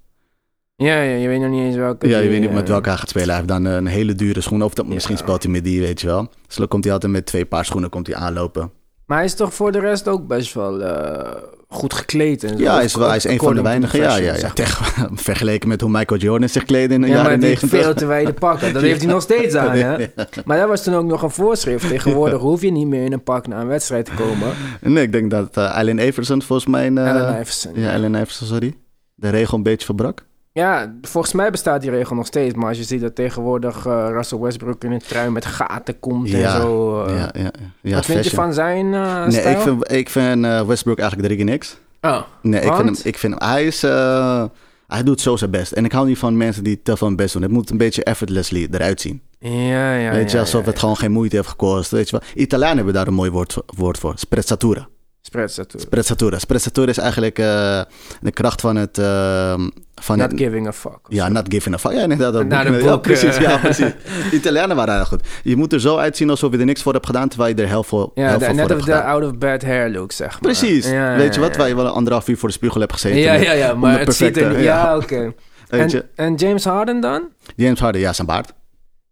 Speaker 1: Ja, ja, je weet nog niet eens welke.
Speaker 3: ja, je
Speaker 1: die,
Speaker 3: weet niet
Speaker 1: eh,
Speaker 3: met welke hij gaat spelen. Hij heeft dan eh, een hele dure schoen, of dat,
Speaker 1: Ja.
Speaker 3: misschien speelt hij met die, weet je wel. Dus dan komt hij altijd met twee paar schoenen komt hij aanlopen.
Speaker 1: Maar hij is toch voor de rest ook best wel eh, goed gekleed en zo.
Speaker 3: Ja, hij
Speaker 1: Of
Speaker 3: is, wel, hij is een van de
Speaker 1: according to
Speaker 3: weinigen. Ja,
Speaker 1: fashion,
Speaker 3: ja, ja.
Speaker 1: zeg maar.
Speaker 3: Tegen- vergeleken met hoe Michael Jordan zich kleedde in de
Speaker 1: Ja, maar
Speaker 3: jaren
Speaker 1: die heeft
Speaker 3: 90.
Speaker 1: veel te wijde pakken. Dat heeft hij nog steeds aan, hè? Maar dat was toen ook nog een voorschrift. Tegenwoordig hoef je niet meer in een pak naar een wedstrijd te komen.
Speaker 3: Nee, ik denk dat eh Allen Iverson volgens mij... een, eh,
Speaker 1: Allen Iverson.
Speaker 3: Ja, Allen Iverson, sorry. De regel een beetje verbrak.
Speaker 1: Ja, volgens mij bestaat die regel nog steeds. Maar als je ziet dat tegenwoordig eh, Russell Westbrook in een trui met gaten komt
Speaker 3: Ja,
Speaker 1: en zo. eh,
Speaker 3: ja, ja, ja.
Speaker 1: wat vind je
Speaker 3: fashion.
Speaker 1: van zijn eh,
Speaker 3: Nee,
Speaker 1: stijl?
Speaker 3: ik vind, ik vind eh, Westbrook eigenlijk drie keer niks.
Speaker 1: Oh,
Speaker 3: Nee, ik
Speaker 1: Want?
Speaker 3: vind, hem, ik vind hem... Hij is... eh, hij doet zo zijn best. En ik hou niet van mensen die te veel hun best doen. Het moet een beetje effortlessly eruit zien.
Speaker 1: ja, ja.
Speaker 3: weet je,
Speaker 1: ja,
Speaker 3: alsof
Speaker 1: ja,
Speaker 3: het
Speaker 1: ja.
Speaker 3: gewoon geen moeite heeft gekost. Weet je wel. Italianen hebben daar een mooi woord, woord voor. Sprezzatura.
Speaker 1: Spread dat toe.
Speaker 3: Sprezzatura. Sprezzatura is eigenlijk eh, de kracht van het... eh, van
Speaker 1: Not
Speaker 3: het
Speaker 1: giving a fuck.
Speaker 3: Ja, not giving a fuck. Ja, inderdaad. Dat
Speaker 1: Naar
Speaker 3: boek-
Speaker 1: de eh.
Speaker 3: ja,
Speaker 1: boeken.
Speaker 3: precies, ja, precies. Italianen waren daar goed. Je moet er zo uitzien alsof je er niks voor hebt gedaan, terwijl je er heel veel,
Speaker 1: Ja,
Speaker 3: heel
Speaker 1: de-
Speaker 3: veel voor
Speaker 1: net
Speaker 3: hebt
Speaker 1: of de
Speaker 3: gedaan.
Speaker 1: out of bed hair look, zeg maar.
Speaker 3: Precies.
Speaker 1: Ja, ja,
Speaker 3: weet je
Speaker 1: ja,
Speaker 3: wat? Waar je wel een anderhalf uur voor de spiegel hebt gezeten.
Speaker 1: Ja,
Speaker 3: met-
Speaker 1: ja, ja,
Speaker 3: om
Speaker 1: maar
Speaker 3: de
Speaker 1: het ziet er
Speaker 3: perfecte-
Speaker 1: niet... Ja, oké.
Speaker 3: Weet je?
Speaker 1: En, en James Harden dan?
Speaker 3: James Harden, ja, zijn baard.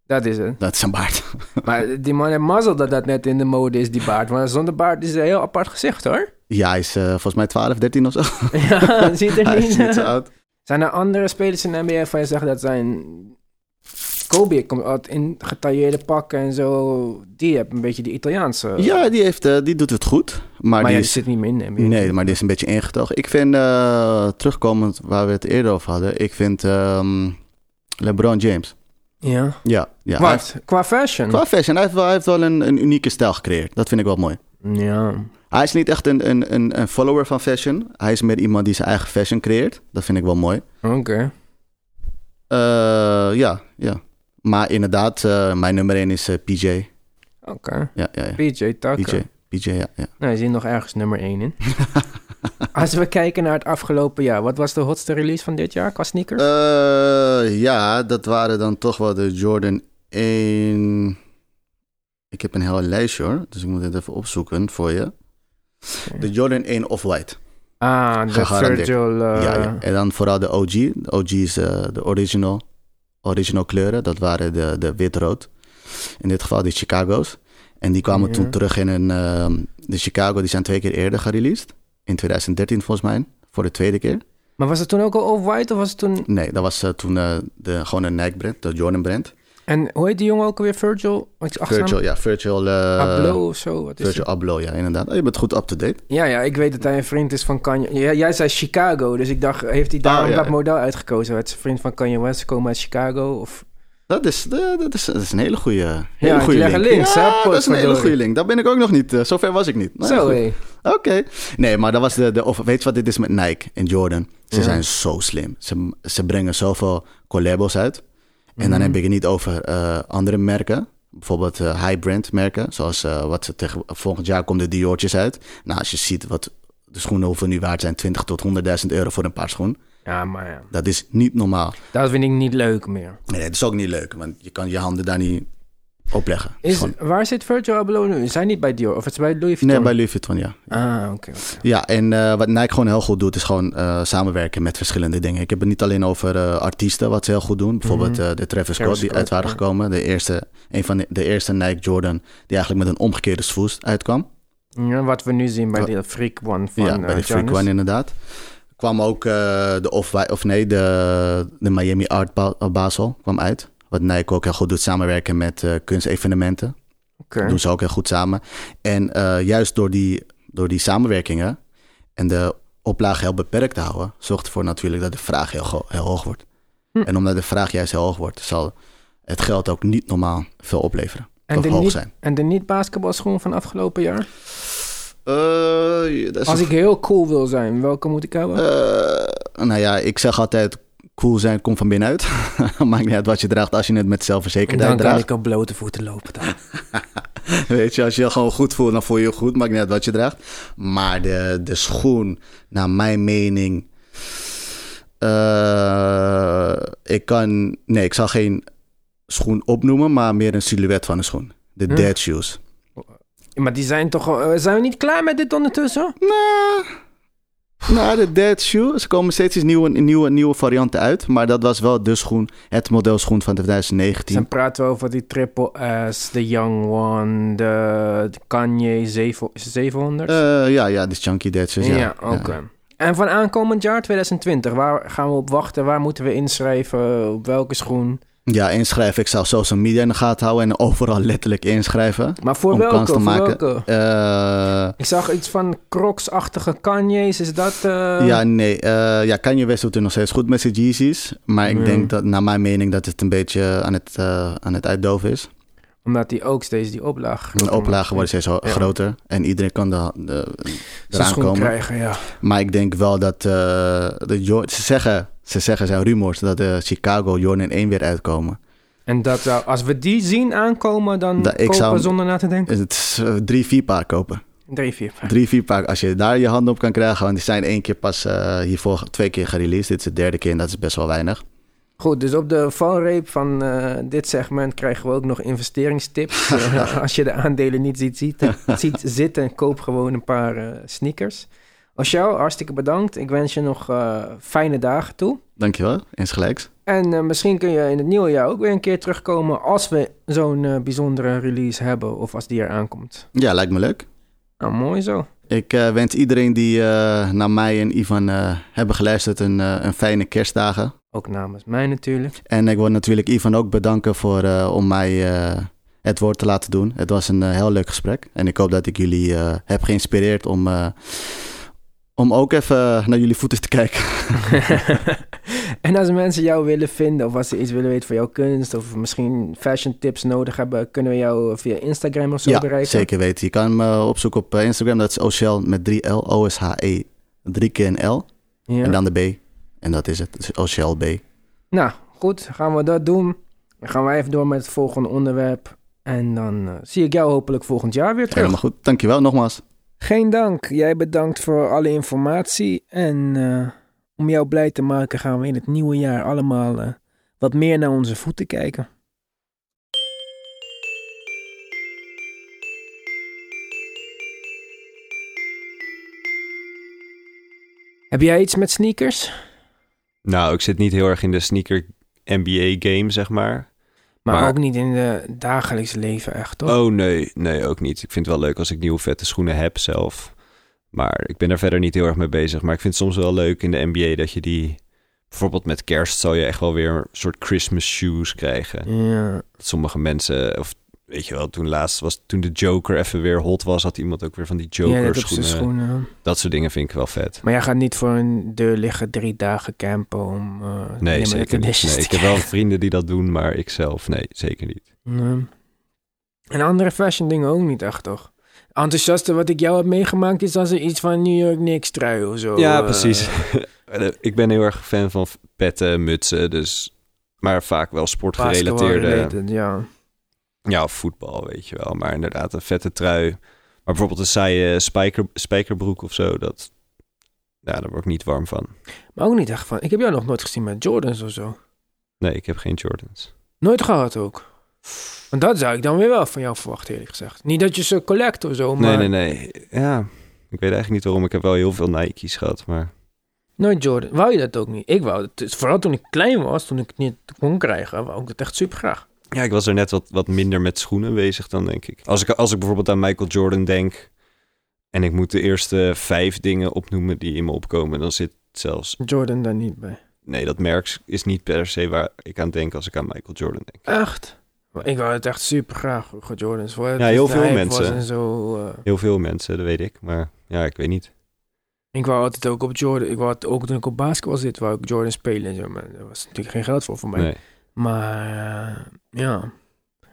Speaker 1: Dat is het.
Speaker 3: Dat is zijn baard.
Speaker 1: Maar die man heeft mazzel dat dat net in de mode is, die baard. Want zonder baard is het een heel apart gezicht, hoor.
Speaker 3: Ja, hij is eh, volgens mij 12, 13 of zo.
Speaker 1: Ja, het ziet er
Speaker 3: hij is
Speaker 1: niet...
Speaker 3: niet zo oud.
Speaker 1: Zijn er andere spelers in de NBA van je zegt dat zijn... Kobe komt altijd in getailleerde pakken en zo. Die heeft een beetje die Italiaanse...
Speaker 3: Ja, die, heeft, eh, die doet het goed. Maar,
Speaker 1: maar
Speaker 3: die
Speaker 1: ja,
Speaker 3: is,
Speaker 1: die zit niet meer in de NBA.
Speaker 3: nee, maar die is een beetje ingetogen. Ik vind, eh, terugkomend waar we het eerder over hadden, ik vind ehm, LeBron James.
Speaker 1: Ja.
Speaker 3: Ja, ja. Hij heeft-
Speaker 1: Wat? Qua fashion?
Speaker 3: Qua fashion, hij heeft wel, hij heeft wel een, een unieke stijl gecreëerd. Dat vind ik wel mooi.
Speaker 1: Ja.
Speaker 3: Hij is niet echt een, een, een, een follower van fashion. Hij is meer iemand die zijn eigen fashion creëert. Dat vind ik wel mooi.
Speaker 1: Oké.
Speaker 3: Eh, ja, ja. Maar inderdaad, eh, mijn nummer 1 is eh, PJ.
Speaker 1: Oké.
Speaker 3: Ja, ja, ja.
Speaker 1: PJ Tucker.
Speaker 3: PJ. PJ, ja, ja.
Speaker 1: Nou, hij zit nog ergens nummer 1 in. Als we kijken naar het afgelopen jaar, wat was de hotste release van dit jaar qua sneakers?
Speaker 3: Eh, ja, dat waren dan toch wel de Jordan 1. Ik heb een heel lijstje hoor, dus ik moet het even opzoeken voor je. De Jordan 1 Off-White.
Speaker 1: ah, de
Speaker 3: gegarandeerd.
Speaker 1: Virgil. eh,
Speaker 3: ja, ja. En dan vooral de OG. De OG is eh, de original, original kleuren. Dat waren de, de wit-rood. In dit geval de Chicago's. En die kwamen
Speaker 1: Ja.
Speaker 3: toen terug in een... ehm, de Chicago, die zijn twee keer eerder gereleased. In 2013 volgens mij, voor de tweede keer.
Speaker 1: Maar was het toen ook al off-white of was het toen...
Speaker 3: Nee, dat was eh, toen eh, de, gewoon een Nike-brand, de Jordan-brand.
Speaker 1: En hoe heet die jongen ook alweer? Virgil? Wat is achternaam?
Speaker 3: Virtual, ja, virtual... eh,
Speaker 1: Abloh of zo? Wat is
Speaker 3: Virtual Abloh, ja, inderdaad. Oh, je bent goed up-to-date.
Speaker 1: het? Ja, ja, ik weet dat hij een vriend is van Kanye. Ja, jij zei Chicago, dus ik dacht, heeft hij daarom
Speaker 3: Ah, ja.
Speaker 1: dat model uitgekozen? Het is een vriend van Kanye West, ze komen uit Chicago of...
Speaker 3: Dat is, eh, dat, is, dat is een hele goede hele
Speaker 1: ik
Speaker 3: goede
Speaker 1: leg
Speaker 3: link.
Speaker 1: een links, hè,
Speaker 3: ja, dat is een hele
Speaker 1: potverdorie.
Speaker 3: goede link. Daar ben ik ook nog niet. eh, zover was ik niet. Maar ja,
Speaker 1: zo,
Speaker 3: goed.
Speaker 1: hé.
Speaker 3: Oké. Nee, maar dat was de, de of, weet je wat dit is met Nike en Jordan? Ze
Speaker 1: Ja.
Speaker 3: zijn zo slim. Ze, ze brengen zoveel collabos uit. En dan heb ik het niet over eh, andere merken. Bijvoorbeeld eh, high-brand merken. Zoals eh, wat ze tegen, volgend jaar komen de Diortjes uit. Nou, als je ziet wat de schoenen hoeveel nu waard zijn. 20 tot 100.000 euro voor een paar schoen.
Speaker 1: Ja, maar ja,
Speaker 3: Dat is niet normaal.
Speaker 1: dat vind ik niet leuk meer.
Speaker 3: Nee, dat is ook niet leuk. Want je kan je handen daar niet op leggen. Het is
Speaker 1: Is,
Speaker 3: gewoon-
Speaker 1: waar zit Virgil Abloh nu? Is hij niet bij Dior? Of het is bij Louis Vuitton?
Speaker 3: Nee, bij Louis Vuitton, ja.
Speaker 1: Ah, oké.
Speaker 3: Ja, en eh, wat Nike gewoon heel goed doet, is gewoon eh, samenwerken met verschillende dingen. Ik heb het niet alleen over eh, artiesten, wat ze heel goed doen. Bijvoorbeeld
Speaker 1: Mhm.
Speaker 3: eh, de Travis Scott,
Speaker 1: Travis
Speaker 3: die
Speaker 1: Scott,
Speaker 3: uit waren
Speaker 1: ja.
Speaker 3: gekomen. De eerste, een van de, de eerste Nike Jordan, die eigenlijk met een omgekeerde swoosh uitkwam.
Speaker 1: Ja, wat we nu zien bij
Speaker 3: Ja.
Speaker 1: de Freak One van eh,
Speaker 3: ja, bij de Freak One inderdaad. Kwam ook eh, de off of nee, de, de Miami Art Ba- Basel kwam uit. Wat Nike ook heel goed doet, samenwerken met eh, kunstevenementen. doen ze ook heel goed samen. En eh, juist door die, door die samenwerkingen en de oplage heel beperkt te houden, zorgt ervoor natuurlijk dat de vraag heel, go- heel hoog wordt.
Speaker 1: Hm.
Speaker 3: En omdat de vraag juist heel hoog wordt, zal het geld ook niet normaal veel opleveren.
Speaker 1: En
Speaker 3: of
Speaker 1: de,
Speaker 3: hoog
Speaker 1: niet,
Speaker 3: zijn.
Speaker 1: en de niet-basketbalschoen van afgelopen jaar?
Speaker 3: Eh, dat is
Speaker 1: Als
Speaker 3: een-
Speaker 1: ik heel cool wil zijn, welke moet ik hebben?
Speaker 3: eh, nou ja, ik zeg altijd, cool zijn komt van binnenuit. Maakt niet uit wat je draagt als je het met
Speaker 1: En dan
Speaker 3: zelfverzekerdheid
Speaker 1: kan
Speaker 3: draagt.
Speaker 1: ik op blote voeten lopen dan.
Speaker 3: Weet je, als je je gewoon goed voelt, dan voel je je goed. Maakt niet uit wat je draagt. Maar de, de schoen, naar mijn mening. eh, ik kan. Nee, ik zal geen schoen opnoemen, maar meer een silhouet van een schoen. De
Speaker 1: Hm.
Speaker 3: dead shoes.
Speaker 1: Maar die zijn toch... al- eh, zijn we niet klaar met dit ondertussen?
Speaker 3: Nou. Nou, de dead shoe. Ze komen steeds eens nieuwe, nieuwe, nieuwe varianten uit. Maar dat was wel de schoen, het modelschoen van 2019.
Speaker 1: Dan praten we over die Triple S, de Young One, de, de Kanye 7 700.
Speaker 3: Eh, ja, ja, de chunky dead shoes. Dus Ja,
Speaker 1: ja, oké. En van aankomend jaar 2020, waar gaan we op wachten? Waar moeten we inschrijven? Op welke schoen?
Speaker 3: Ja, inschrijven. Ik zou social media in de gaten houden en overal letterlijk inschrijven.
Speaker 1: Maar voor
Speaker 3: Om
Speaker 1: welke?
Speaker 3: kans te
Speaker 1: Voor
Speaker 3: maken.
Speaker 1: welke?
Speaker 3: Eh,
Speaker 1: Ik zag iets van Crocs-achtige Kanye's. Is dat... eh,
Speaker 3: ja, nee. eh ja, Kanye West doet het nog steeds goed met zijn Yeezys. Maar ik
Speaker 1: Ja.
Speaker 3: denk dat, naar mijn mening, dat het een beetje aan het, eh, aan het uitdoven is.
Speaker 1: Omdat die ook steeds die oplaag...
Speaker 3: De oplagen worden steeds ho-
Speaker 1: Ja.
Speaker 3: groter en iedereen kan de, de,
Speaker 1: Ze
Speaker 3: eraan
Speaker 1: schoen
Speaker 3: komen.
Speaker 1: krijgen, ja.
Speaker 3: Maar ik denk wel dat eh, de Jo- ze zeggen, ze zeggen, zijn rumors dat de Chicago Jordan 1 weer uitkomen.
Speaker 1: En dat zou- als we die zien aankomen, dan
Speaker 3: Da- ik
Speaker 1: kopen
Speaker 3: zou- Eh,
Speaker 1: zonder na te denken.
Speaker 3: Dus Het is eh, drie, vier paar kopen.
Speaker 1: Drie, vier, vijf.
Speaker 3: Drie, vier paar. Als je daar je handen op kan krijgen, want die zijn één keer pas eh, hiervoor twee keer gereleased. Dit is de derde keer en dat is best wel weinig.
Speaker 1: Goed, dus op de valreep van eh, dit segment krijgen we ook nog investeringstips. Eh, als je de aandelen niet ziet, ziet, ziet zitten, koop gewoon een paar eh, sneakers. Oshel, hartstikke bedankt. Ik wens je nog eh, fijne dagen toe.
Speaker 3: Dankjewel, insgelijks.
Speaker 1: En eh, misschien kun je in het nieuwe jaar ook weer een keer terugkomen als we zo'n eh, bijzondere release hebben of als die er aankomt.
Speaker 3: Ja, lijkt me leuk.
Speaker 1: Nou, mooi zo.
Speaker 3: Ik eh, wens iedereen die eh, naar mij en Ivan eh, hebben geluisterd een, eh, een fijne kerstdagen.
Speaker 1: Ook namens mij natuurlijk.
Speaker 3: En ik wil natuurlijk Ivan ook bedanken voor, eh, om mij eh, het woord te laten doen. Het was een eh, heel leuk gesprek. En ik hoop dat ik jullie eh, heb geïnspireerd om, eh, om ook even naar jullie voeten te kijken.
Speaker 1: en als mensen jou willen vinden of als ze iets willen weten van jouw kunst of misschien fashion tips nodig hebben, kunnen we jou via Instagram of zo
Speaker 3: ja,
Speaker 1: bereiken?
Speaker 3: zeker weten. Je kan me opzoeken op eh, Instagram. Dat is Oshel met 3L, O-S-H-E, E, drie keer een L.
Speaker 1: Ja.
Speaker 3: En dan de B. En dat is het. Dus Oshel B.
Speaker 1: Nou, goed, gaan we dat doen. Dan gaan wij even door met het volgende onderwerp. En dan eh, zie ik jou hopelijk volgend jaar weer terug.
Speaker 3: Helemaal goed. Dankjewel nogmaals.
Speaker 1: Geen dank. Jij bedankt voor alle informatie. En eh, om jou blij te maken gaan we in het nieuwe jaar allemaal eh, wat meer naar onze voeten kijken. Heb jij iets met sneakers?
Speaker 2: Nou, ik zit niet heel erg in de sneaker NBA game, zeg maar.
Speaker 1: Maar,
Speaker 2: Maar-
Speaker 1: ook niet in het dagelijks leven echt, toch?
Speaker 2: Oh nee, nee, ook niet. Ik vind het wel leuk als ik nieuwe vette schoenen heb zelf. Maar ik ben er verder niet heel erg mee bezig. Maar ik vind het soms wel leuk in de NBA dat je die... Bijvoorbeeld met kerst zal je echt wel weer een soort Christmas shoes krijgen.
Speaker 1: Ja.
Speaker 2: Dat sommige mensen, of weet je wel, toen laatst was... Toen de Joker even weer hot was, had iemand ook weer van die
Speaker 1: ja,
Speaker 2: Joker
Speaker 1: dat op zijn
Speaker 2: schoenen.
Speaker 1: schoenen.
Speaker 2: Dat soort dingen vind ik wel vet.
Speaker 1: Maar jij gaat niet voor een deur liggen drie dagen campen om... eh,
Speaker 2: Nee,
Speaker 1: limited
Speaker 2: zeker niet.
Speaker 1: editions te
Speaker 2: Nee, ik heb wel vrienden die dat doen, maar ik zelf, nee, zeker niet.
Speaker 1: Nee. En andere fashion dingen ook niet echt, toch? Enthousiaste wat ik jou heb meegemaakt is als er iets van New York Knicks trui of zo.
Speaker 2: Ja,
Speaker 1: eh,
Speaker 2: precies. eh, ik ben heel erg fan van petten, mutsen, dus... Maar vaak wel sportgerelateerde...
Speaker 1: basketball-related, Ja.
Speaker 2: Ja, of voetbal, weet je wel. Maar inderdaad, een vette trui. Maar bijvoorbeeld een saaie spijker, spijkerbroek of zo, dat... Ja, daar word ik niet warm van.
Speaker 1: Maar ook niet echt van. Ik heb jou nog nooit gezien met Jordans of zo.
Speaker 2: Nee, ik heb geen Jordans.
Speaker 1: Nooit gehad ook. Want dat zou ik dan weer wel van jou verwachten, eerlijk gezegd. Niet dat je ze collect of zo, maar
Speaker 2: Nee, nee, nee. Ja, ik weet eigenlijk niet waarom. Ik heb wel heel veel Nike's gehad, maar...
Speaker 1: nooit Jordan. Wou je dat ook niet? Ik wou het. Dus Vooral toen ik klein was, toen ik het niet kon krijgen, wou ik het echt super graag.
Speaker 2: Ja, ik was er net wat, wat minder met schoenen bezig dan, denk ik. Als, ik. als ik bijvoorbeeld aan Michael Jordan denk... en ik moet de eerste vijf dingen opnoemen die in me opkomen... dan zit zelfs...
Speaker 1: Jordan daar niet bij.
Speaker 2: Nee, dat merk is niet per se waar ik aan denk als ik aan Michael Jordan denk.
Speaker 1: Echt? Maar ik wou het echt super graag, Jordans. Voor het
Speaker 2: Ja, heel
Speaker 1: de
Speaker 2: veel
Speaker 1: hype
Speaker 2: mensen.
Speaker 1: was En zo, eh,
Speaker 2: Heel veel mensen, dat weet ik. Maar ja, ik weet niet.
Speaker 1: Ik wou altijd ook op Jordan. Ik wou het ook toen ik op basketbal zit, wou ik Jordan spelen. en zo, maar Daar was natuurlijk geen geld voor voor mij.
Speaker 2: Nee.
Speaker 1: Maar eh, ja,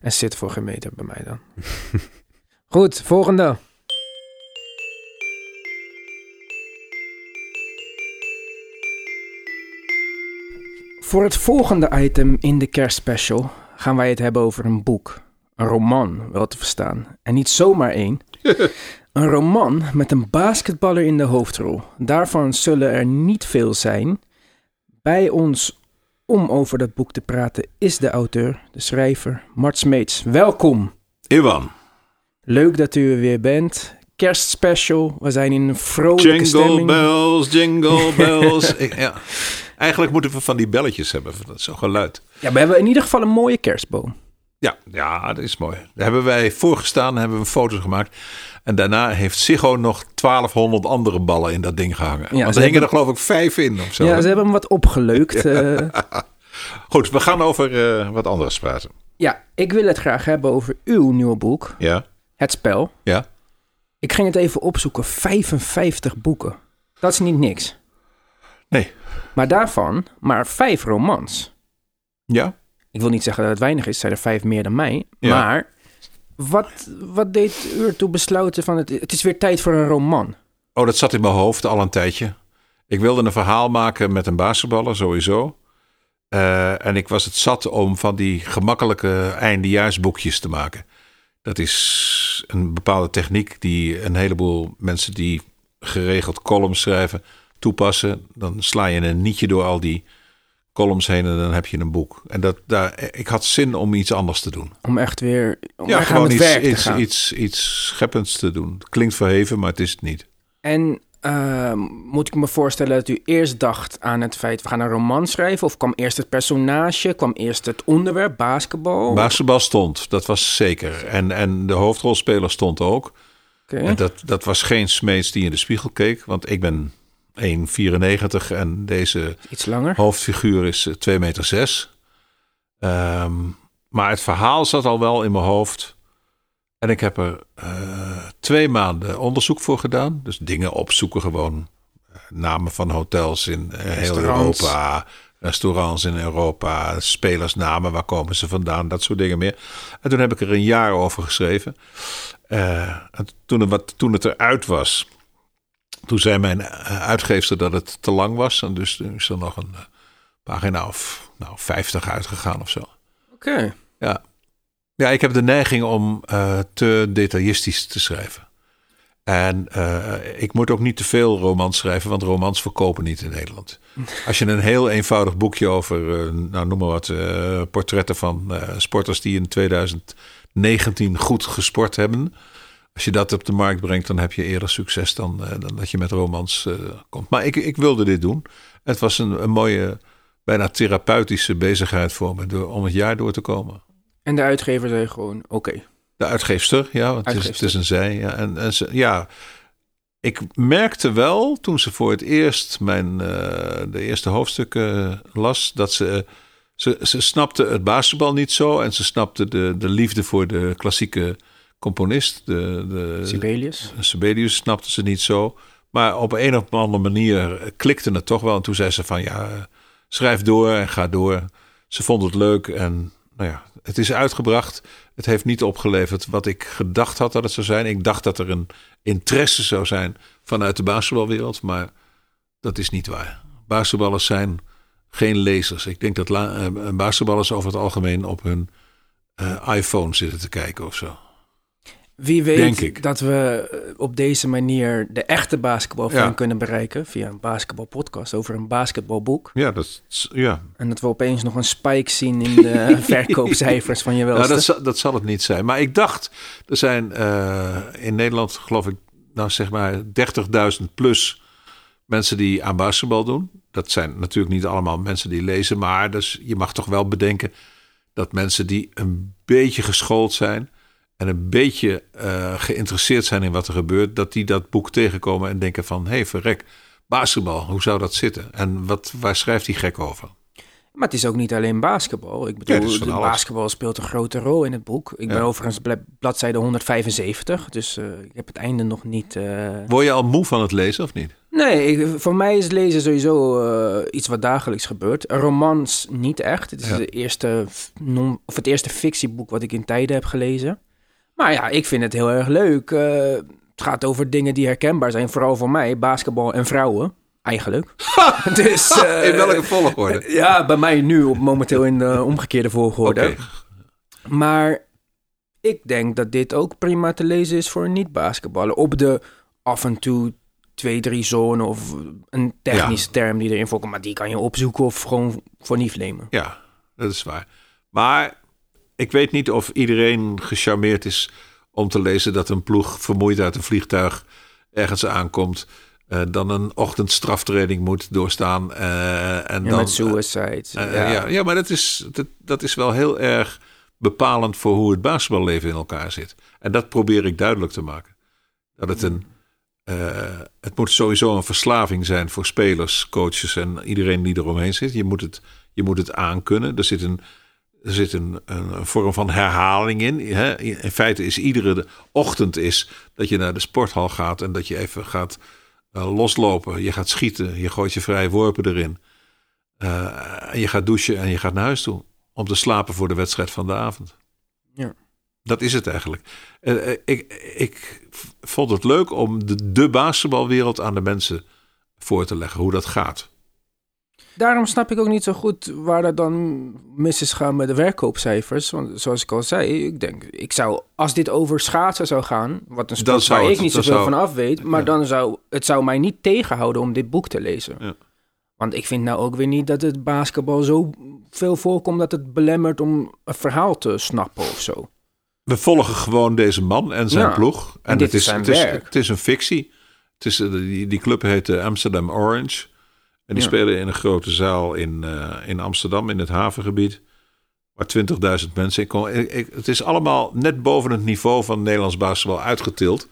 Speaker 1: en zit voor geen meter bij mij dan. Goed, volgende. Voor het volgende item in de kerstspecial gaan wij het hebben over een boek. Een roman, wel te verstaan. En niet zomaar één. een roman met een basketballer in de hoofdrol. Daarvan zullen er niet veel zijn. Bij ons om over dat boek te praten is de auteur, de schrijver, Mart Smeets. Welkom!
Speaker 4: Iwan,
Speaker 1: Leuk dat u er weer bent. Kerstspecial. We zijn in een vrolijke
Speaker 4: jingle
Speaker 1: stemming.
Speaker 4: bells, jingle bells. Ik- ja. Eigenlijk moeten we van die belletjes hebben, van dat zo'n geluid.
Speaker 1: Ja, we hebben in ieder geval een mooie kerstboom.
Speaker 4: Ja, ja, dat is mooi. Daar hebben wij voorgestaan, hebben we foto's gemaakt. En daarna heeft Siggo nog 1200 andere ballen in dat ding gehangen.
Speaker 1: ze
Speaker 4: Want er
Speaker 1: hebben-
Speaker 4: hingen er geloof ik vijf in of zo.
Speaker 1: Ja, ze hebben hem wat opgeleukt. eh.
Speaker 4: Goed, we gaan over eh, wat anders praten.
Speaker 1: ja, ik wil het graag hebben over uw nieuwe boek,
Speaker 4: Ja,
Speaker 1: Het Spel.
Speaker 4: ja.
Speaker 1: Ik ging het even opzoeken. 55 boeken. Dat is niet niks.
Speaker 4: Nee.
Speaker 1: Maar daarvan maar vijf romans.
Speaker 4: Ja,
Speaker 1: Ik wil niet zeggen dat het weinig is, zijn er vijf meer dan mij.
Speaker 4: Ja.
Speaker 1: Maar wat, wat deed u ertoe besluiten van het, het is weer tijd voor een roman?
Speaker 4: Oh, dat zat in mijn hoofd al een tijdje. Ik wilde een verhaal maken met een basketballer, sowieso. Eh, en ik was het zat om van die gemakkelijke eindejaarsboekjes te maken. Dat is een bepaalde techniek die een heleboel mensen die geregeld columns schrijven toepassen. Dan sla je een nietje door al die columns heen en dan heb je een boek. En dat, daar, ik had zin om iets anders te doen.
Speaker 1: Om echt weer om
Speaker 4: ja,
Speaker 1: echt aan
Speaker 4: gewoon
Speaker 1: het
Speaker 4: iets,
Speaker 1: werk te
Speaker 4: iets,
Speaker 1: gaan.
Speaker 4: iets, iets scheppends te doen. Het klinkt verheven, maar het is het niet.
Speaker 1: En ehm, moet ik me voorstellen dat u eerst dacht aan het feit... we gaan een roman schrijven? Of kwam eerst het personage? Kwam eerst het onderwerp, basketbal?
Speaker 4: Basketbal stond, dat was zeker. En, en de hoofdrolspeler stond ook.
Speaker 1: Oké.
Speaker 4: En dat, dat was geen smeets die in de spiegel keek, want ik ben 1,94 en deze
Speaker 1: Iets
Speaker 4: Oh.
Speaker 1: langer.
Speaker 4: hoofdfiguur is eh, 2,6 meter. Ehm, maar het verhaal zat al wel in mijn hoofd. En ik heb er eh, twee maanden onderzoek voor gedaan. Dus dingen opzoeken gewoon. Eh, Namen van hotels in eh, heel
Speaker 1: Restaurants.
Speaker 4: Europa. Restaurants in Europa. Spelersnamen, waar komen ze vandaan? Dat soort dingen meer. En toen heb ik er een jaar over geschreven. Eh, en toen, er wat, toen het eruit was, toen zei mijn eh, uitgeefster dat het te lang was. En dus toen is er nog een eh, pagina of nou, 50 uitgegaan of zo.
Speaker 1: Oké.
Speaker 4: Ja, ik heb de neiging om eh, te detailistisch te schrijven. En eh, ik moet ook niet te veel romans schrijven, want romans verkopen niet in Nederland. Als je een heel eenvoudig boekje over, eh, nou noem maar wat, eh, portretten van eh, sporters die in 2019 goed gesport hebben. Als je dat op de markt brengt, dan heb je eerder succes dan, eh, dan dat je met romans eh, komt. Maar ik, ik wilde dit doen. Het was een, een mooie, bijna therapeutische bezigheid voor me door, om het jaar door te komen.
Speaker 1: En de uitgever zei gewoon, oké.
Speaker 4: De uitgeefster, ja, want het is, het
Speaker 1: Uitgeefster.
Speaker 4: is een zij. Ja. En, en ze, ja, ik merkte wel toen ze voor het eerst mijn, eh, de eerste hoofdstukken las, dat ze, ze, ze snapte het basketbal niet zo en ze snapte de, de liefde voor de klassieke componist, de, de
Speaker 1: Sibelius.
Speaker 4: Sibelius, snapte ze niet zo. Maar op een of andere manier klikte het toch wel. En toen zei ze van ja, eh, schrijf door en ga door. Ze vond het leuk en nou ja, het is uitgebracht. Het heeft niet opgeleverd wat ik gedacht had dat het zou zijn. Ik dacht dat er een interesse zou zijn vanuit de basketbalwereld, maar dat is niet waar. Basketballers zijn geen lezers. Ik denk dat la- eh, basketballers over het algemeen op hun eh, iPhone zitten te kijken of zo.
Speaker 1: Wie
Speaker 4: Denk
Speaker 1: weet
Speaker 4: ik.
Speaker 1: dat we eh, op deze manier de echte basketbalfan
Speaker 4: Ja.
Speaker 1: kunnen bereiken... via een basketbalpodcast over een basketbalboek.
Speaker 4: Ja, dat, is- ja,
Speaker 1: En dat we opeens nog een spike zien in de verkoopcijfers van je
Speaker 4: Nou,
Speaker 1: welste.
Speaker 4: dat, zal- dat zal het niet zijn. Maar ik dacht, er zijn eh, in Nederland, geloof ik, nou zeg maar 30.000 plus mensen die aan basketbal doen. Dat zijn natuurlijk niet allemaal mensen die lezen, maar dus je mag toch wel bedenken dat mensen die een beetje geschoold zijn en een beetje eh, geïnteresseerd zijn in wat er gebeurt, dat die dat boek tegenkomen en denken van, hé hey, verrek, basketbal, hoe zou dat zitten? En wat, waar schrijft die gek over?
Speaker 1: Maar het is ook niet alleen basketbal. Ik
Speaker 4: Ja,
Speaker 1: bedoel,
Speaker 4: het is van alles.
Speaker 1: basketbal speelt een grote rol in het boek. Ik ben
Speaker 4: Ja.
Speaker 1: overigens bla- bladzijde 175, dus eh, ik heb het einde nog niet... eh,
Speaker 4: Word je al moe van het lezen of niet?
Speaker 1: Nee, ik- voor mij is lezen sowieso eh, iets wat dagelijks gebeurt. Een romans niet echt. Het is
Speaker 4: Ja.
Speaker 1: de eerste f- non, of het eerste fictieboek wat ik in tijden heb gelezen. Maar ja, ik vind het heel erg leuk. Eh, het gaat over dingen die herkenbaar zijn, vooral voor mij. Basketbal en vrouwen, eigenlijk. dus, eh,
Speaker 4: in welke volgorde?
Speaker 1: Ja, bij mij nu op, momenteel in de omgekeerde volgorde.
Speaker 4: Oké.
Speaker 1: Maar ik denk dat dit ook prima te lezen is voor een niet-basketballer. Op de af en toe twee, drie zone of een technische term die erin voorkomt. Maar die kan je opzoeken of gewoon voor lief nemen.
Speaker 4: Ja, dat is waar. Maar ik weet niet of iedereen gecharmeerd is om te lezen dat een ploeg vermoeid uit een vliegtuig ergens aankomt. eh, dan een ochtendstraftraining moet doorstaan. eh, en
Speaker 1: En
Speaker 4: dan,
Speaker 1: met suicide.
Speaker 4: eh,
Speaker 1: ja.
Speaker 4: eh, ja. ja, maar dat is, dat, dat is wel heel erg bepalend voor hoe het basketballeven in elkaar zit. En dat probeer ik duidelijk te maken. Dat het een. eh, het moet sowieso een verslaving zijn voor spelers, coaches en iedereen die eromheen zit. Je moet het, je moet het aankunnen. Er zit een. Er zit een, een, een vorm van herhaling in. Hè? In feite is iedere ochtend is dat je naar de sporthal gaat en dat je even gaat eh, loslopen. Je gaat schieten, je gooit je vrije worpen erin. Eh, en je gaat douchen en je gaat naar huis toe. Om te slapen voor de wedstrijd van de avond.
Speaker 1: Ja.
Speaker 4: Dat is het eigenlijk. Eh, eh, ik, ik v- vond het leuk om de, de basketbalwereld aan de mensen voor te leggen. Hoe dat gaat.
Speaker 1: Daarom snap ik ook niet zo goed waar dat dan mis is gaan met de verkoopcijfers. Want zoals ik al zei, ik denk, ik zou, als dit over schaatsen zou gaan, wat een
Speaker 4: Dan
Speaker 1: sport
Speaker 4: zou
Speaker 1: waar
Speaker 4: het-
Speaker 1: ik niet
Speaker 4: dan
Speaker 1: zoveel
Speaker 4: zou-
Speaker 1: van af weet, maar
Speaker 4: ja.
Speaker 1: dan zou het zou mij niet tegenhouden om dit boek te lezen.
Speaker 4: Ja.
Speaker 1: Want ik vind nou ook weer niet dat het basketbal zo veel voorkomt dat het belemmert om een verhaal te snappen of zo.
Speaker 4: We volgen gewoon deze man en zijn
Speaker 1: Ja,
Speaker 4: ploeg. En,
Speaker 1: dit
Speaker 4: het,
Speaker 1: is
Speaker 4: is,
Speaker 1: zijn
Speaker 4: het, is,
Speaker 1: werk.
Speaker 4: het is een fictie. Het is, eh, die, die club heet eh, Amsterdam Orange. En die
Speaker 1: Ja.
Speaker 4: spelen in een grote zaal in, eh, in Amsterdam, in het havengebied. Waar 20.000 mensen in komen. Ik- ik- het is allemaal net boven het niveau van Nederlands basketbal uitgetild.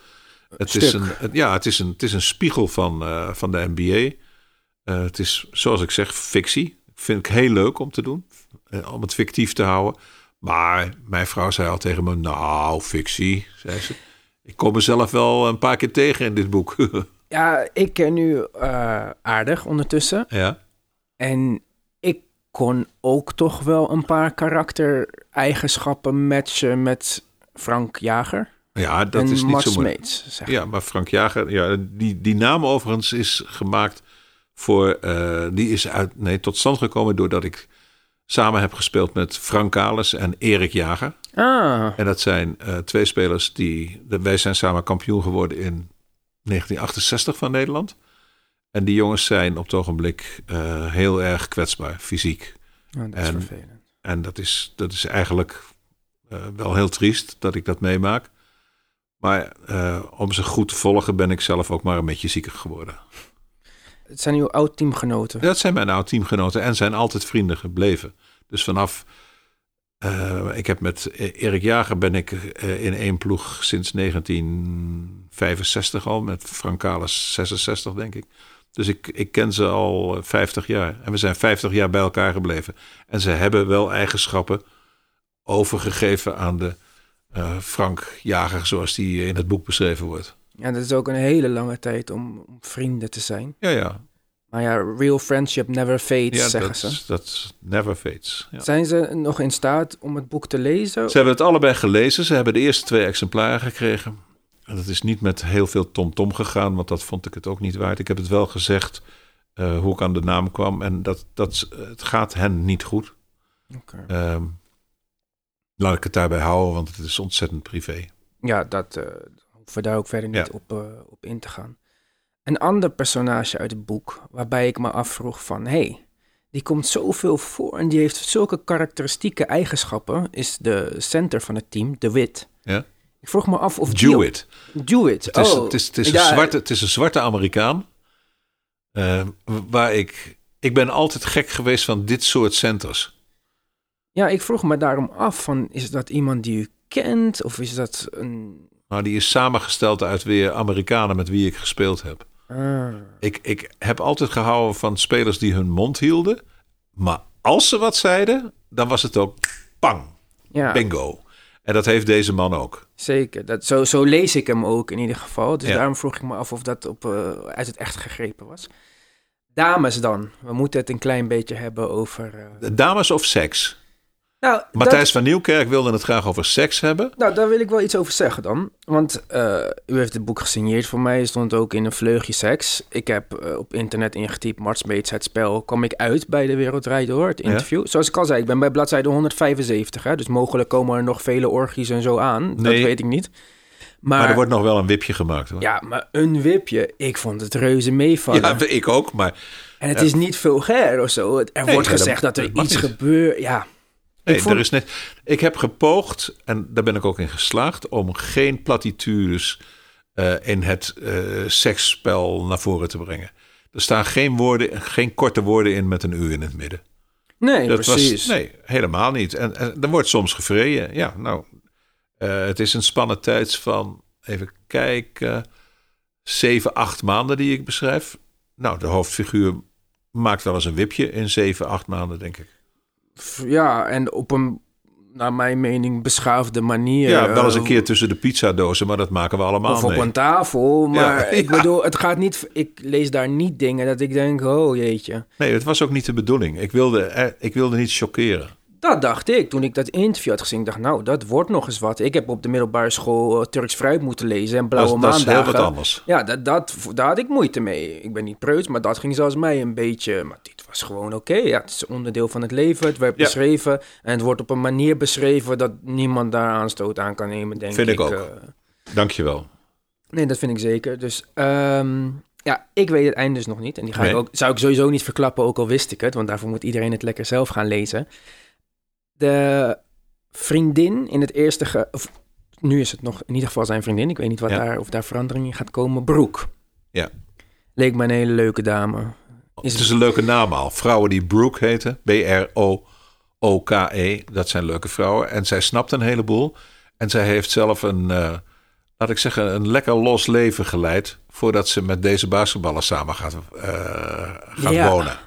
Speaker 4: Het
Speaker 1: Stuk.
Speaker 4: is, een, het- ja, het is, een, het is een spiegel van, eh, van de NBA. Eh, het is, zoals ik zeg, fictie. Vind ik heel leuk om te doen. eh, om het fictief te houden. Maar mijn vrouw zei al tegen me, nou, fictie, zei ze. Ik kom mezelf wel een paar keer tegen in dit boek.
Speaker 1: Ja, ik ken nu eh, aardig ondertussen.
Speaker 4: ja.
Speaker 1: En ik kon ook toch wel een paar karaktereigenschappen matchen met Frank Jager.
Speaker 4: ja, dat
Speaker 1: en
Speaker 4: is niet
Speaker 1: Mart
Speaker 4: zo moeilijk.
Speaker 1: Smeets, zeg.
Speaker 4: Ja, maar Frank Jager, ja, die, die naam overigens is gemaakt voor. eh, die is uit, nee, tot stand gekomen doordat ik samen heb gespeeld met Frank Kalis en Erik Jager.
Speaker 1: Ah,
Speaker 4: En dat zijn eh, twee spelers die. de- wij zijn samen kampioen geworden in 1968 van Nederland. En die jongens zijn op het ogenblik eh, heel erg kwetsbaar, fysiek.
Speaker 1: nou, dat is
Speaker 4: En-
Speaker 1: vervelend.
Speaker 4: En dat is, dat is eigenlijk eh, wel heel triest dat ik dat meemaak. Maar eh, om ze goed te volgen ben ik zelf ook maar een beetje ziekig geworden.
Speaker 1: Het zijn uw oud-teamgenoten.
Speaker 4: Dat zijn mijn oud-teamgenoten en zijn altijd vrienden gebleven. Dus vanaf... eh, ik heb met Erik Jager ben ik eh, in één ploeg sinds 1965 al. Met Frank Kalis 66, denk ik. Dus ik, ik ken ze al eh, 50 jaar. En we zijn 50 jaar bij elkaar gebleven. En ze hebben wel eigenschappen overgegeven aan de eh, Frank Jager... zoals die in het boek beschreven wordt.
Speaker 1: Ja, dat is ook een hele lange tijd om, om vrienden te zijn.
Speaker 4: Ja, ja.
Speaker 1: Maar ja, real friendship never fades,
Speaker 4: ja
Speaker 1: zeggen
Speaker 4: dat,
Speaker 1: ze.
Speaker 4: dat never fades. Ja.
Speaker 1: Zijn ze nog in staat om het boek te lezen?
Speaker 4: Ze hebben het allebei gelezen. Ze hebben de eerste twee exemplaren gekregen. En dat is niet met heel veel tomtom gegaan, want dat vond ik het ook niet waard. Ik heb het wel gezegd eh, hoe ik aan de naam kwam. En dat, dat, eh, het gaat hen niet goed.
Speaker 1: Oké.
Speaker 4: Ehm, laat ik het daarbij houden, want het is ontzettend privé.
Speaker 1: Ja, dat eh, hoeven we daar ook verder niet
Speaker 4: Ja.
Speaker 1: op, eh, op in te gaan. Een ander personage uit het boek, waarbij ik me afvroeg van... hé, hey, die komt zoveel voor en die heeft zulke karakteristieke eigenschappen... is de center van het team, De Wit.
Speaker 4: Ja.
Speaker 1: Ik vroeg me af of... die-
Speaker 4: Jewett.
Speaker 1: Dewitt,
Speaker 4: Het is,
Speaker 1: oh.
Speaker 4: het is, het is, een,
Speaker 1: Ja,
Speaker 4: zwarte, het is een zwarte Amerikaan. eh, waar ik... Ik ben altijd gek geweest van dit soort centers.
Speaker 1: Ja, ik vroeg me daarom af van... is dat iemand die u kent of is dat een...
Speaker 4: Maar Nou, die is samengesteld uit weer Amerikanen met wie ik gespeeld heb.
Speaker 1: Ah,
Speaker 4: Ik, ik heb altijd gehouden van spelers die hun mond hielden. Maar als ze wat zeiden, dan was het ook pang,
Speaker 1: ja,
Speaker 4: bingo. En dat heeft deze man ook.
Speaker 1: zeker. Dat, zo, zo lees ik hem ook in ieder geval. Dus
Speaker 4: Ja.
Speaker 1: daarom vroeg ik me af of dat op, eh, uit het echt gegrepen was. Dames dan. We moeten het een klein beetje hebben over... eh,
Speaker 4: Dames of seks?
Speaker 1: Nou,
Speaker 4: Matthijs
Speaker 1: dat-
Speaker 4: van Nieuwkerk wilde het graag over seks hebben.
Speaker 1: nou, daar wil ik wel iets over zeggen dan. Want eh, u heeft het boek gesigneerd voor mij. stond ook in een vleugje seks. Ik heb eh, op internet ingetypt Mart Smeets het spel. Kwam ik uit bij de Wereld Draait Door, het interview. Zoals ik al zei, ik ben bij bladzijde 175. Hè, dus mogelijk komen er nog vele orgies en zo aan. Dat
Speaker 4: Nee.
Speaker 1: weet ik niet. Maar,
Speaker 4: Maar er wordt nog wel een wipje gemaakt. Hoor.
Speaker 1: Ja, maar een wipje. Ik vond het reuze meevallen.
Speaker 4: Ja, ik ook, maar
Speaker 1: en het is niet vulgair of zo. Het- Er
Speaker 4: Nee,
Speaker 1: wordt
Speaker 4: ja, dat-
Speaker 1: gezegd dat,
Speaker 4: dat
Speaker 1: er
Speaker 4: mag
Speaker 1: iets
Speaker 4: niet.
Speaker 1: gebeurt. Ja,
Speaker 4: nee,
Speaker 1: vond-
Speaker 4: er is net, ik heb gepoogd, en daar ben ik ook in geslaagd, om geen platitudes eh, in het eh, seksspel naar voren te brengen. Er staan geen, woorden, geen korte woorden in met een u in het midden.
Speaker 1: nee,
Speaker 4: Dat
Speaker 1: precies.
Speaker 4: Was, nee, helemaal niet. En, en er wordt soms gevreden. Ja, nou, eh, het is een spannende tijd van, even kijken, zeven, acht maanden die ik beschrijf. Nou, de hoofdfiguur maakt wel eens een wipje in zeven, acht maanden, denk ik.
Speaker 1: F- Ja, en op een, naar mijn mening, beschaafde manier.
Speaker 4: Ja, wel eens
Speaker 1: eh,
Speaker 4: een keer tussen de pizzadozen, maar dat maken we allemaal
Speaker 1: Of op
Speaker 4: mee.
Speaker 1: een tafel. Maar
Speaker 4: Ja,
Speaker 1: ik
Speaker 4: ja.
Speaker 1: bedoel, het gaat niet. Ik lees daar niet dingen dat ik denk, oh jeetje.
Speaker 4: Nee, het was ook niet de bedoeling. Ik wilde, eh, ik wilde niet chockeren.
Speaker 1: Dat dacht ik toen ik dat interview had gezien. Ik dacht, nou, dat wordt nog eens wat. Ik heb op de middelbare school eh, Turks fruit moeten lezen en blauwe
Speaker 4: Dat, dat is
Speaker 1: maandagen.
Speaker 4: heel wat anders.
Speaker 1: Ja, dat, dat, daar had ik moeite mee. Ik ben niet preuts, maar dat ging zelfs mij een beetje... Maar dit was gewoon oké. Ja, het is onderdeel van het leven. Het werd
Speaker 4: Ja.
Speaker 1: beschreven. En het wordt op een manier beschreven dat niemand daar aanstoot aan kan nemen, denk
Speaker 4: Vind ik
Speaker 1: ik.
Speaker 4: ook.
Speaker 1: eh.
Speaker 4: Dankjewel.
Speaker 1: nee, dat vind ik zeker. Dus ehm, ja, ik weet het einde dus nog niet. En die ga ik
Speaker 4: Nee.
Speaker 1: ook, zou ik sowieso niet verklappen, ook al wist ik het. Want daarvoor moet iedereen het lekker zelf gaan lezen. De vriendin in het eerste... ge- of, nu is het nog in ieder geval zijn vriendin. Ik weet niet wat
Speaker 4: Ja.
Speaker 1: daar, of daar verandering in gaat komen. Broek.
Speaker 4: Ja.
Speaker 1: Leek mij een hele leuke dame. Is-
Speaker 4: het is een leuke naam al. Vrouwen die Brooke heten, E. B-R-O-O-K-E, dat zijn leuke vrouwen. En zij snapt een heleboel. En zij heeft zelf een, eh, laat ik zeggen, een lekker los leven geleid. voordat ze met deze basketballer samen gaat, eh, gaat
Speaker 1: Ja.
Speaker 4: wonen.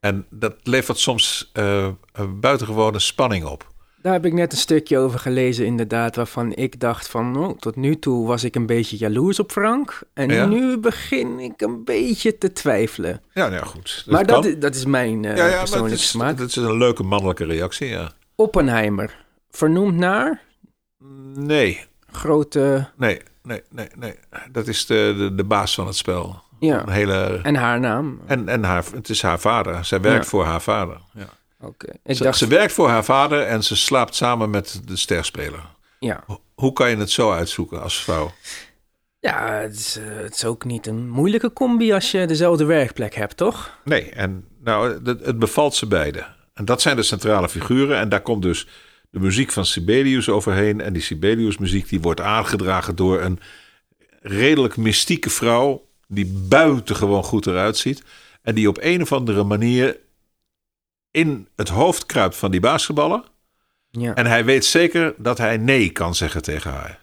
Speaker 4: En dat levert soms eh, een buitengewone spanning op.
Speaker 1: Daar heb ik net een stukje over gelezen, inderdaad, waarvan ik dacht van, oh, tot nu toe was ik een beetje jaloers op Frank. En
Speaker 4: Ja.
Speaker 1: nu begin ik een beetje te twijfelen.
Speaker 4: Ja, nou ja, goed.
Speaker 1: maar dat,
Speaker 4: kan.
Speaker 1: is- dat is mijn eh,
Speaker 4: ja, ja, maar
Speaker 1: persoonlijke
Speaker 4: het is,
Speaker 1: smaak.
Speaker 4: het is een leuke mannelijke reactie, ja.
Speaker 1: Oppenheimer, vernoemd naar
Speaker 4: Nee,
Speaker 1: grote,
Speaker 4: nee, nee, nee, nee. Dat is de, de, de baas van het spel. Een
Speaker 1: ja,
Speaker 4: hele...
Speaker 1: en haar naam.
Speaker 4: En, en haar, het is haar vader. Zij werkt
Speaker 1: Ja.
Speaker 4: voor haar vader. Ja.
Speaker 1: Oké, eh, ik
Speaker 4: Ze,
Speaker 1: dacht,
Speaker 4: ze werkt voor haar vader en ze slaapt samen met de sterspeler.
Speaker 1: ja.
Speaker 4: Ho- Hoe kan je het zo uitzoeken als vrouw?
Speaker 1: Ja, het is, eh, het is ook niet een moeilijke combi als je dezelfde werkplek hebt, toch?
Speaker 4: Nee, en nou, het, het bevalt ze beiden. En dat zijn de centrale figuren. En daar komt dus de muziek van Sibelius overheen. En die Sibelius-muziek die wordt aangedragen door een redelijk mystieke vrouw. die buitengewoon goed eruit ziet. En die op een of andere manier in het hoofd kruipt van die basketballer.
Speaker 1: Ja.
Speaker 4: En hij weet zeker dat hij nee kan zeggen tegen haar.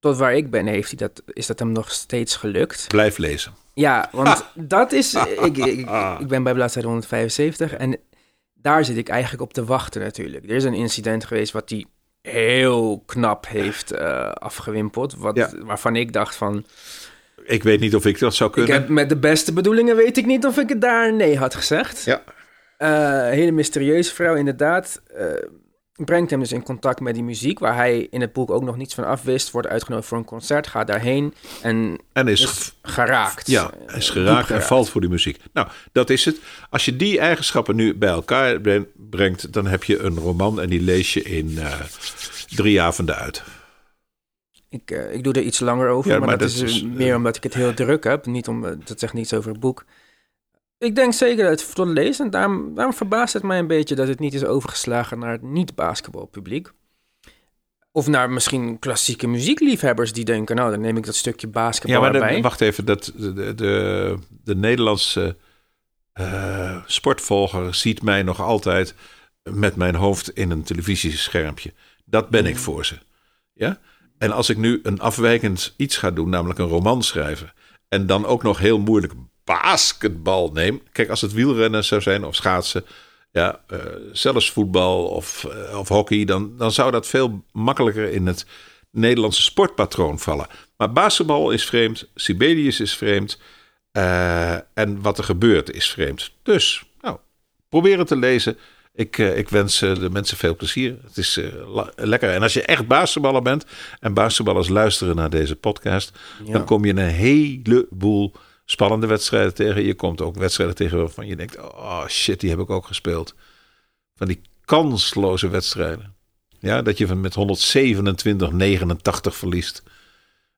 Speaker 1: Tot waar ik ben, heeft hij dat, is dat hem nog steeds gelukt.
Speaker 4: Blijf lezen.
Speaker 1: Ja, want dat is. Ik, ik, ik ben bij bladzijde 175 en daar zit ik eigenlijk op te wachten natuurlijk. Er is een incident geweest wat hij heel knap heeft eh, afgewimpeld. Wat,
Speaker 4: Ja.
Speaker 1: Waarvan ik dacht van.
Speaker 4: Ik weet niet of ik dat zou
Speaker 1: Ik
Speaker 4: kunnen.
Speaker 1: heb met de beste bedoelingen weet ik niet of ik het daar nee had gezegd.
Speaker 4: Ja.
Speaker 1: Eh, hele mysterieuze vrouw, inderdaad. eh, brengt hem dus in contact met die muziek, waar hij in het boek ook nog niets van afwist. Wordt uitgenodigd voor een concert, gaat daarheen en
Speaker 4: En is,
Speaker 1: is geraakt.
Speaker 4: ja,
Speaker 1: Eh,
Speaker 4: is
Speaker 1: diep
Speaker 4: geraakt en valt voor die muziek. Nou, dat is het. Als je die eigenschappen nu bij elkaar bre- brengt, dan heb je een roman en die lees je in eh, drie avonden uit.
Speaker 1: Ik, eh, ik doe er iets langer over,
Speaker 4: Ja,
Speaker 1: maar,
Speaker 4: maar
Speaker 1: dat,
Speaker 4: dat
Speaker 1: is,
Speaker 4: is, eh,
Speaker 1: meer omdat ik het heel druk heb. Niet om, eh, dat zegt niets over het boek. Ik denk zeker dat het tot lezen. En daarom, daarom verbaast het mij een beetje dat het niet is overgeslagen naar het niet-basketbalpubliek. Of naar misschien klassieke muziekliefhebbers die denken, nou dan neem ik dat stukje basketbal
Speaker 4: Ja, maar
Speaker 1: erbij.
Speaker 4: de- wacht even. Dat, de, de, de, de Nederlandse eh, sportvolger ziet mij nog altijd met mijn hoofd in een televisieschermpje. Dat ben ik voor ze. Ja? En als ik nu een afwijkend iets ga doen, namelijk een roman schrijven... en dan ook nog heel moeilijk basketbal neem... Kijk, als het wielrennen zou zijn of schaatsen... Ja, eh, zelfs voetbal of, eh, of hockey... Dan, dan zou dat veel makkelijker in het Nederlandse sportpatroon vallen. Maar basketbal is vreemd, Sibelius is vreemd... eh, en wat er gebeurt is vreemd. Dus, nou, probeer het te lezen. Ik, eh, ik wens eh, de mensen veel plezier. Het is eh, la- lekker. En als je echt basketballer bent en basketballers luisteren naar deze podcast,
Speaker 1: Ja.
Speaker 4: dan kom je een heleboel spannende wedstrijden tegen. Je komt ook wedstrijden tegen waarvan je denkt: oh shit, die heb ik ook gespeeld. Van die kansloze wedstrijden. Ja, dat je van met 127, 89 verliest.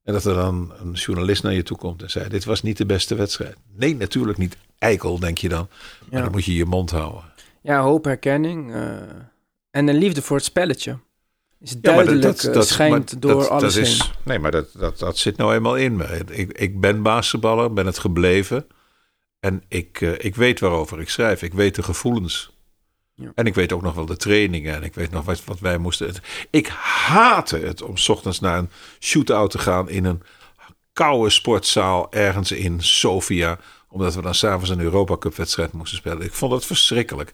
Speaker 4: En dat er dan een journalist naar je toe komt en zei: Dit was niet de beste wedstrijd. Nee, natuurlijk niet. Eikel, denk je dan. Maar
Speaker 1: Ja.
Speaker 4: dan moet je je mond houden.
Speaker 1: Ja, hoop herkenning eh, en een liefde voor het spelletje. Is
Speaker 4: Ja, maar
Speaker 1: duidelijk, eh, schijnt
Speaker 4: maar
Speaker 1: door
Speaker 4: dat-
Speaker 1: alles
Speaker 4: dat
Speaker 1: heen.
Speaker 4: is, Nee, maar dat, dat, dat zit nou eenmaal in me. Ik, ik ben basketballer, ben het gebleven. En ik, eh, ik weet waarover ik schrijf. Ik weet de gevoelens.
Speaker 1: Ja.
Speaker 4: En ik weet ook nog wel de trainingen. En ik weet nog wat, wat wij moesten. Ik haatte het om 's ochtends naar een shootout te gaan in een koude sportzaal ergens in Sofia. Omdat we dan s'avonds een Europa Cup wedstrijd moesten spelen. Ik vond het verschrikkelijk.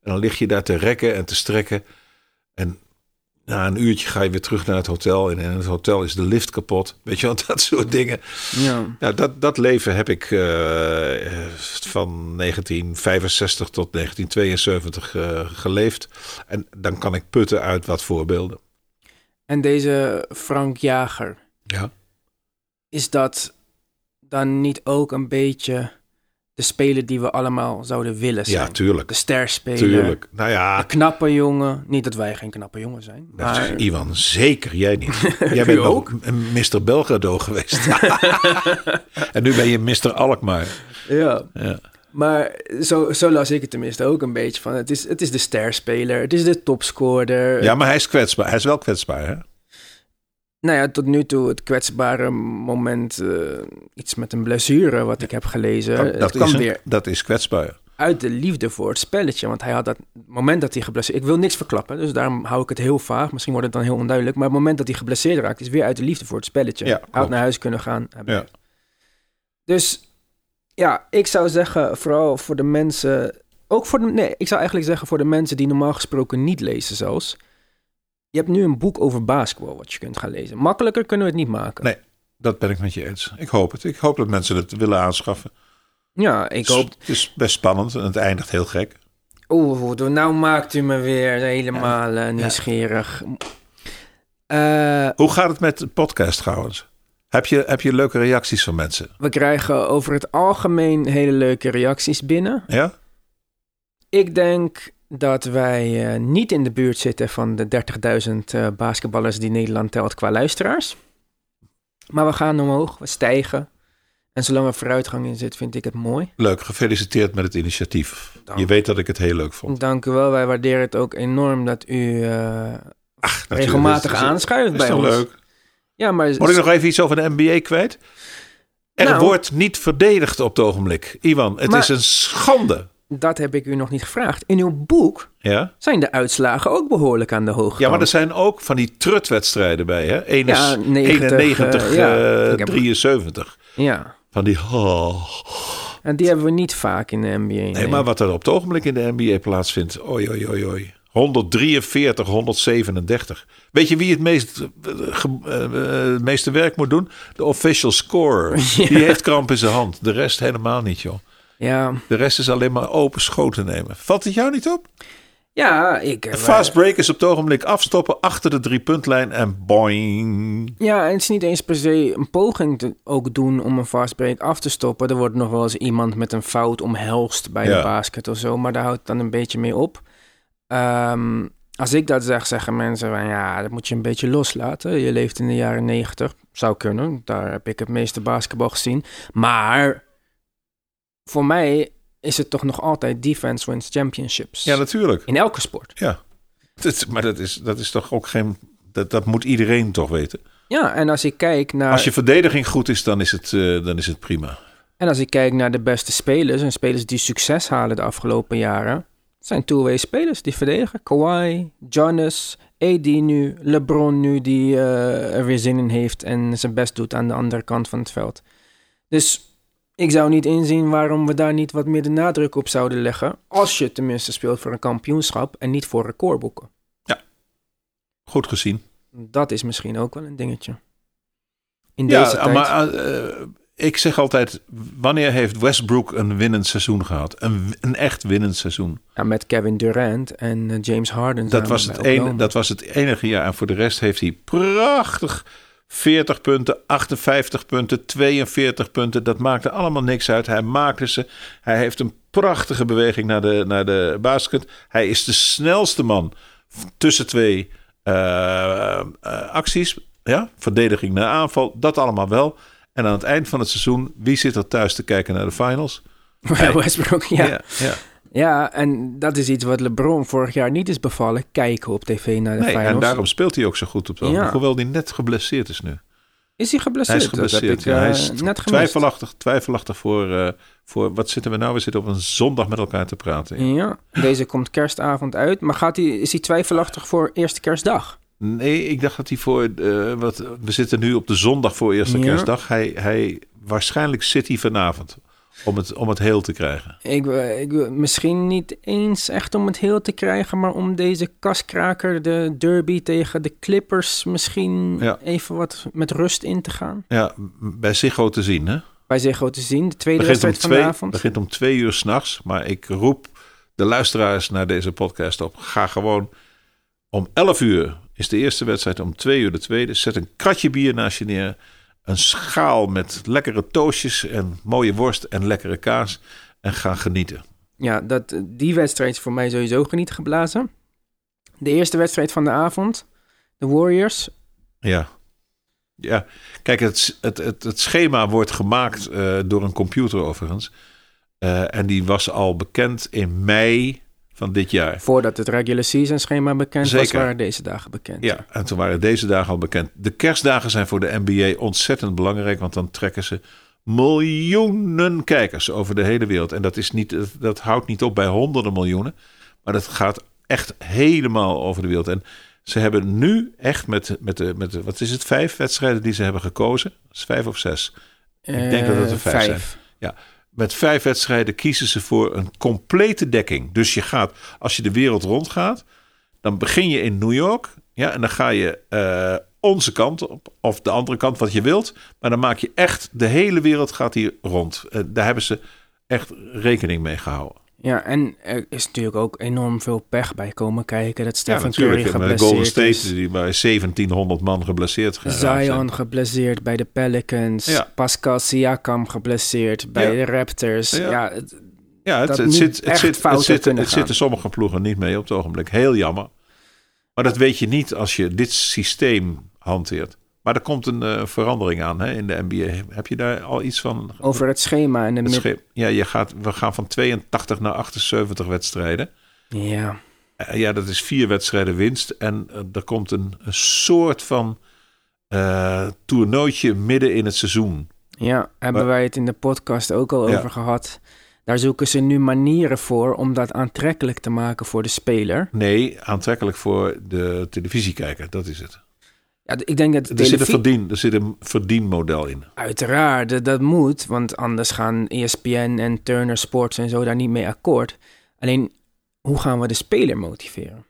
Speaker 4: En dan lig je daar te rekken en te strekken. En na een uurtje ga je weer terug naar het hotel. En in het hotel is de lift kapot. Weet je wel, dat soort dingen.
Speaker 1: Ja.
Speaker 4: Nou, dat, dat leven heb ik eh, eh, van 1965 tot 1972 eh, geleefd. En dan kan ik putten uit wat voorbeelden.
Speaker 1: En deze Frank Jager,
Speaker 4: Ja.
Speaker 1: is dat dan niet ook een beetje de speler die we allemaal zouden willen zijn?
Speaker 4: Ja, tuurlijk.
Speaker 1: de sterspeler,
Speaker 4: Tuurlijk. Nou
Speaker 1: de
Speaker 4: ja,
Speaker 1: knappe jongen. Niet dat wij geen knappe jongen zijn, maar
Speaker 4: Ivan, zeker jij niet. Jij bent ook een Mr. Belgrado geweest. en nu ben je Mr. Alkmaar.
Speaker 1: ja.
Speaker 4: Ja.
Speaker 1: Maar zo, zo las ik het tenminste ook een beetje van. Het is, het is de sterspeler, het is de topscorer.
Speaker 4: ja, maar hij is kwetsbaar. Hij is wel kwetsbaar, hè?
Speaker 1: Nou ja, tot nu toe het kwetsbare moment, eh, iets met een blessure wat ik heb gelezen.
Speaker 4: Dat, dat
Speaker 1: het kwam
Speaker 4: is een-
Speaker 1: weer
Speaker 4: dat is kwetsbaar.
Speaker 1: uit de liefde voor het spelletje. Want hij had dat moment dat hij geblesseerd... Ik wil niks verklappen, dus daarom hou ik het heel vaag. Misschien wordt het dan heel onduidelijk. Maar het moment dat hij geblesseerd raakt, is weer uit de liefde voor het spelletje.
Speaker 4: Ja,
Speaker 1: hij had
Speaker 4: klopt.
Speaker 1: naar huis kunnen gaan. Hij
Speaker 4: Ja.
Speaker 1: Dus ja, ik zou zeggen, vooral voor de mensen. Ook voor de. Nee, ik zou eigenlijk zeggen voor de mensen die normaal gesproken niet lezen, zelfs. Je hebt nu een boek over basketbal wat je kunt gaan lezen. Makkelijker kunnen we het niet maken.
Speaker 4: Nee. Dat ben ik met je eens. Ik hoop het. Ik hoop dat mensen het willen aanschaffen.
Speaker 1: Ja, ik hoop.
Speaker 4: Het is best spannend en het eindigt heel gek.
Speaker 1: Oeh, nou maakt u me weer helemaal eh, nieuwsgierig. Eh,
Speaker 4: Hoe gaat het met de podcast trouwens? Heb je, heb je leuke reacties van mensen?
Speaker 1: we krijgen over het algemeen hele leuke reacties binnen.
Speaker 4: Ja?
Speaker 1: Ik denk dat wij eh, niet in de buurt zitten van de 30.000 eh basketballers die Nederland telt qua luisteraars. Maar we gaan omhoog, we stijgen. En zolang er vooruitgang in zit, vind ik het mooi.
Speaker 4: Leuk. Gefeliciteerd met het initiatief.
Speaker 1: Dank.
Speaker 4: Je weet dat ik het heel leuk vond.
Speaker 1: Dank u wel, wij waarderen het ook enorm dat u eh,
Speaker 4: Natuurlijk,
Speaker 1: regelmatig
Speaker 4: dat is-
Speaker 1: aanschuift
Speaker 4: Dat is
Speaker 1: bij
Speaker 4: toch
Speaker 1: ons.
Speaker 4: leuk?
Speaker 1: Ja, maar
Speaker 4: Moet ik nog even iets over de NBA kwijt? Er
Speaker 1: Nou.
Speaker 4: wordt niet verdedigd op het ogenblik. Iwan, het
Speaker 1: Maar-
Speaker 4: is een schande.
Speaker 1: dat heb ik u nog niet gevraagd. In uw boek
Speaker 4: Ja?
Speaker 1: zijn de uitslagen ook behoorlijk aan de hoogte.
Speaker 4: ja, maar er zijn ook van die trutwedstrijden bij, hè? Eén is
Speaker 1: Ja, 90,
Speaker 4: 91,
Speaker 1: eh, ja.
Speaker 4: eh,
Speaker 1: Ik heb-
Speaker 4: 73.
Speaker 1: Ja,
Speaker 4: Van die... oh.
Speaker 1: en die hebben we niet vaak in de NBA.
Speaker 4: Nee, maar wat er op het ogenblik in de NBA plaatsvindt. Oi, oi, oi, oi. 143, 137. Weet je wie het meest, eh, ge- eh, eh, het meeste werk moet doen? De official scorer. Die heeft kramp in zijn hand. De rest helemaal niet, joh.
Speaker 1: Ja,
Speaker 4: De rest is alleen maar open schoten nemen. Valt het jou niet op?
Speaker 1: ja ik... eh,
Speaker 4: De fast break is op het ogenblik afstoppen achter de driepuntlijn en boing.
Speaker 1: Ja, en het is niet eens per se een poging te ook doen om een fastbreak af te stoppen. Er wordt nog wel eens iemand met een fout omhelst bij de
Speaker 4: Ja.
Speaker 1: basket of zo, maar daar houdt het dan een beetje mee op. Ehm, als ik dat zeg, zeggen mensen van ja, dat moet je een beetje loslaten. Je leeft in de jaren negentig, zou kunnen. Daar heb ik het meeste basketbal gezien. Maar voor mij is het toch nog altijd defense wins championships.
Speaker 4: Ja, natuurlijk.
Speaker 1: In elke sport.
Speaker 4: Dat- maar dat is, dat is toch ook geen... Dat, dat moet iedereen toch weten.
Speaker 1: Ja, en als ik kijk naar...
Speaker 4: Als je verdediging goed is, dan is het, eh, dan is het prima.
Speaker 1: En als ik kijk naar de beste spelers en spelers die succes halen de afgelopen jaren, het zijn two-way spelers die verdedigen. Kawhi, Giannis, AD nu, LeBron nu die eh, er weer zin in heeft en zijn best doet aan de andere kant van het veld. Dus ik zou niet inzien waarom we daar niet wat meer de nadruk op zouden leggen, als je tenminste speelt voor een kampioenschap en niet voor recordboeken.
Speaker 4: Goed gezien.
Speaker 1: Dat is misschien ook wel een dingetje. In
Speaker 4: Ja,
Speaker 1: deze tijd.
Speaker 4: maar eh, ik zeg altijd, wanneer heeft Westbrook een winnend seizoen gehad? Een, een echt winnend seizoen.
Speaker 1: Ja, met Kevin Durant en eh, James Harden.
Speaker 4: Dat
Speaker 1: samen
Speaker 4: was,
Speaker 1: bij
Speaker 4: het ene,
Speaker 1: Oklahoma.
Speaker 4: dat was het enige jaar. En voor de rest heeft hij prachtig 40 punten, 58 punten, 42 punten. Dat maakte allemaal niks uit. Hij maakte ze. Hij heeft een prachtige beweging naar de, naar de basket. Hij is de snelste man tussen twee eh, eh, acties. Ja, verdediging naar aanval. Dat allemaal wel. En aan het eind van het seizoen, wie zit er thuis te kijken naar de finals?
Speaker 1: Westbrook, ja.
Speaker 4: ja, ja.
Speaker 1: Ja, en dat is iets wat LeBron vorig jaar niet is bevallen. Kijken op tv naar de
Speaker 4: Nee,
Speaker 1: finals.
Speaker 4: en daarom speelt hij ook zo goed op de
Speaker 1: Ja.
Speaker 4: Hoewel hij net geblesseerd is nu.
Speaker 1: Is hij
Speaker 4: Hij
Speaker 1: geblesseerd?
Speaker 4: is geblesseerd.
Speaker 1: Dat heb ik
Speaker 4: ja, hij
Speaker 1: eh,
Speaker 4: is
Speaker 1: net gemist.
Speaker 4: twijfelachtig, twijfelachtig voor, eh, voor... Wat zitten we nou? We zitten op een zondag met elkaar te praten.
Speaker 1: Ja, deze komt kerstavond uit. Maar gaat hij, is hij twijfelachtig voor eerste kerstdag?
Speaker 4: Nee, ik dacht dat hij voor... eh, wat, we zitten nu op de zondag voor eerste
Speaker 1: Ja.
Speaker 4: kerstdag. Hij, hij, waarschijnlijk zit hij vanavond om het, om het heel te krijgen.
Speaker 1: Ik, eh, ik, wil- misschien niet eens echt om het heel te krijgen, maar om deze kaskraker, de derby tegen de Clippers, misschien
Speaker 4: Ja.
Speaker 1: even wat met rust in te gaan.
Speaker 4: Ja, m- bij Ziggo te zien, hè?
Speaker 1: Bij Ziggo te zien, de tweede
Speaker 4: Begint om,
Speaker 1: wedstrijd van de
Speaker 4: twee,
Speaker 1: avond.
Speaker 4: begint om twee uur s'nachts. Maar ik roep de luisteraars naar deze podcast op. Ga gewoon om 11 uur is de eerste wedstrijd. Om twee uur de tweede. Zet een kratje bier naast je neer. Een schaal met lekkere toastjes en mooie worst en lekkere kaas. En ga genieten.
Speaker 1: Ja, dat, die wedstrijd is voor mij sowieso geniet geblazen. De eerste wedstrijd van de avond, de Warriors.
Speaker 4: Ja. Ja, kijk, het, het, het, het schema wordt gemaakt eh, door een computer overigens. Eh, en die was al bekend in mei van dit jaar.
Speaker 1: Voordat het regular season schema bekend was,
Speaker 4: Zeker.
Speaker 1: waren deze dagen bekend.
Speaker 4: Ja, en toen waren deze dagen al bekend. De kerstdagen zijn voor de NBA ontzettend belangrijk, want dan trekken ze miljoenen kijkers over de hele wereld. En dat, is niet, dat, dat houdt niet op bij honderden miljoenen. Maar dat gaat echt helemaal over de wereld. En ze hebben nu echt met, met, de, met de, wat is het, vijf wedstrijden die ze hebben gekozen? Dat is vijf of zes. Ik denk dat het er
Speaker 1: Eh,
Speaker 4: vijf zijn. Met vijf wedstrijden kiezen ze voor een complete dekking. Dus je gaat, als je de wereld rondgaat, dan begin je in New York. Ja, en dan ga je eh, onze kant op, of de andere kant, wat je wilt. Maar dan maak je echt, de hele wereld gaat hier rond. Eh, daar hebben ze echt rekening mee gehouden.
Speaker 1: Ja, en er is natuurlijk ook enorm veel pech bij komen kijken. Dat
Speaker 4: Ja,
Speaker 1: Stephen Curry
Speaker 4: natuurlijk. Met Golden
Speaker 1: geblesseerd
Speaker 4: State,
Speaker 1: is.
Speaker 4: die bij 1700 man geblesseerd geraakt zijn.
Speaker 1: Zion geblesseerd bij de Pelicans.
Speaker 4: Ja.
Speaker 1: Pascal Siakam geblesseerd bij
Speaker 4: Ja.
Speaker 1: de Raptors.
Speaker 4: Ja.
Speaker 1: Ja, het-
Speaker 4: Ja, het,
Speaker 1: dat
Speaker 4: het
Speaker 1: nu
Speaker 4: zit, het,
Speaker 1: echt
Speaker 4: zit,
Speaker 1: fout
Speaker 4: het,
Speaker 1: zou
Speaker 4: zit,
Speaker 1: kunnen
Speaker 4: het zit
Speaker 1: gaan.
Speaker 4: er sommige ploegen niet mee op het ogenblik. Heel jammer. Maar dat weet je niet als je dit systeem hanteert. Maar er komt een eh, verandering aan hè, in de NBA. Heb je daar al iets van?
Speaker 1: over het schema en de
Speaker 4: Het
Speaker 1: mid-
Speaker 4: sche- ja, je gaat, we gaan van 82 naar 78 wedstrijden.
Speaker 1: Ja,
Speaker 4: Eh, ja, dat is vier wedstrijden winst. En eh, er komt een, een soort van eh toernooitje midden in het seizoen.
Speaker 1: ja, hebben
Speaker 4: Maar-
Speaker 1: wij het in de podcast ook al
Speaker 4: Ja.
Speaker 1: over gehad. Daar zoeken ze nu manieren voor om dat aantrekkelijk te maken voor de speler.
Speaker 4: Nee, aantrekkelijk voor de televisiekijker. Dat is het.
Speaker 1: Ja, d- ik denk dat de
Speaker 4: Er zit, een
Speaker 1: televi-
Speaker 4: verdien, er zit een verdienmodel in.
Speaker 1: Uiteraard, dat, dat moet, want anders gaan E ESPN en Turner Sports en zo daar niet mee akkoord. Alleen, hoe gaan we de speler motiveren?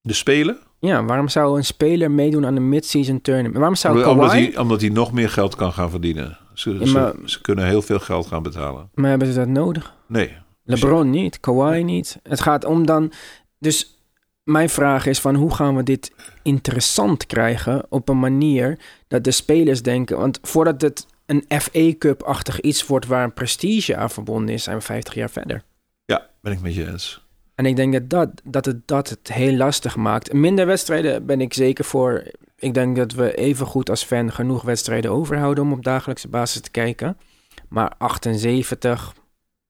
Speaker 4: De spelen?
Speaker 1: Ja, waarom zou een speler meedoen aan een midseason tournament? Waarom zou
Speaker 4: Omdat- omdat,
Speaker 1: Kawhi...
Speaker 4: hij, omdat hij nog meer geld kan gaan verdienen. Ze,
Speaker 1: Ja,
Speaker 4: ze-
Speaker 1: maar-
Speaker 4: ze, kunnen heel veel geld gaan betalen.
Speaker 1: Maar hebben ze dat nodig?
Speaker 4: Nee.
Speaker 1: LeBron niet, Kawhi niet. Het gaat om dan... Dus mijn vraag is van hoe gaan we dit interessant krijgen op een manier dat de spelers denken... Want voordat het een FA Cup-achtig iets wordt waar een prestige aan verbonden is, zijn we 50 jaar verder.
Speaker 4: Ja, ben ik met je eens.
Speaker 1: En ik denk dat, dat, dat, het, dat het heel lastig maakt. Minder wedstrijden ben ik zeker voor. Ik denk dat we even goed als fan genoeg wedstrijden overhouden om op dagelijkse basis te kijken. Maar 78,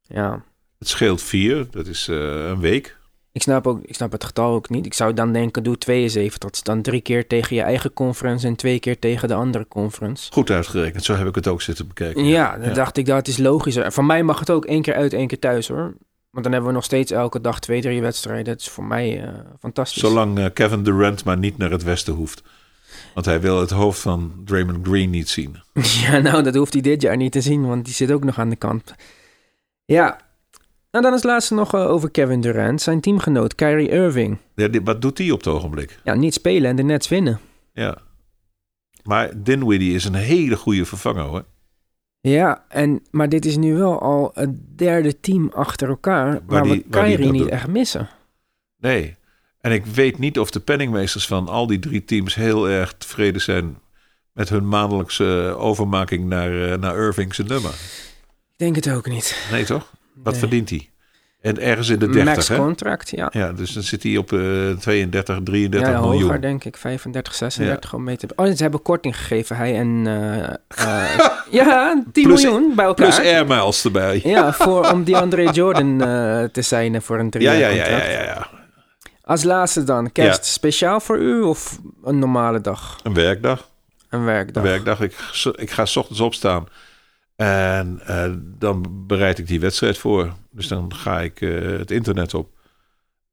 Speaker 1: ja.
Speaker 4: Het scheelt vier, dat is eh, een week.
Speaker 1: Ik snap, ook, ik snap het getal ook niet. Ik zou dan denken, doe 72. Dat is dan drie keer tegen je eigen conference en twee keer tegen de andere conference.
Speaker 4: Goed uitgerekend, zo heb ik het ook zitten bekijken.
Speaker 1: Ja, dan
Speaker 4: Ja.
Speaker 1: dacht ik, dat is logischer. Van mij mag het ook één keer uit, één keer thuis hoor. Want dan hebben we nog steeds elke dag twee, drie wedstrijden. Dat is voor mij eh, fantastisch.
Speaker 4: Zolang eh, Kevin Durant maar niet naar het westen hoeft. Want hij wil het hoofd van Draymond Green niet zien.
Speaker 1: Ja, nou, dat hoeft hij dit jaar niet te zien, want die zit ook nog aan de kant. Ja. Nou, dan is het laatste nog eh, over Kevin Durant. Zijn teamgenoot Kyrie Irving.
Speaker 4: Ja, dit- wat doet hij op het ogenblik?
Speaker 1: Ja, niet spelen en de Nets winnen.
Speaker 4: Ja. Maar Dinwiddie is een hele goede vervanger hoor.
Speaker 1: Ja, en, maar dit is nu wel al het derde team achter elkaar... waar,
Speaker 4: die-
Speaker 1: we
Speaker 4: waar die
Speaker 1: Kyrie
Speaker 4: dat
Speaker 1: niet
Speaker 4: doet.
Speaker 1: echt missen.
Speaker 4: Nee. En ik weet niet of de penningmeesters van al die drie teams heel erg tevreden zijn met hun maandelijkse overmaking naar, eh, naar Irving zijn nummer.
Speaker 1: Ik denk het ook niet.
Speaker 4: Nee, toch? Wat
Speaker 1: Nee.
Speaker 4: verdient hij? En ergens in de
Speaker 1: Max
Speaker 4: 30, hè?
Speaker 1: contract, ja.
Speaker 4: Ja, dus dan zit hij op eh 32, 33
Speaker 1: ja, hoger
Speaker 4: miljoen.
Speaker 1: denk ik. 35, 36 om mee te... Oh, ze hebben korting gegeven, hij en... eh, eh, ja, 10
Speaker 4: Plus-
Speaker 1: miljoen bij elkaar.
Speaker 4: Plus air miles erbij.
Speaker 1: Ja, voor, om die André Jordan eh, te zijn voor een drie
Speaker 4: Ja,
Speaker 1: jaar
Speaker 4: ja, ja,
Speaker 1: contract.
Speaker 4: ja, ja, ja.
Speaker 1: Als laatste dan, kerst. Speciaal voor u of een normale dag?
Speaker 4: Een werkdag.
Speaker 1: Een werkdag?
Speaker 4: Een werkdag. Ik, s- ik ga 's ochtends opstaan. En eh, dan bereid ik die wedstrijd voor. Dus dan ga ik eh, het internet op.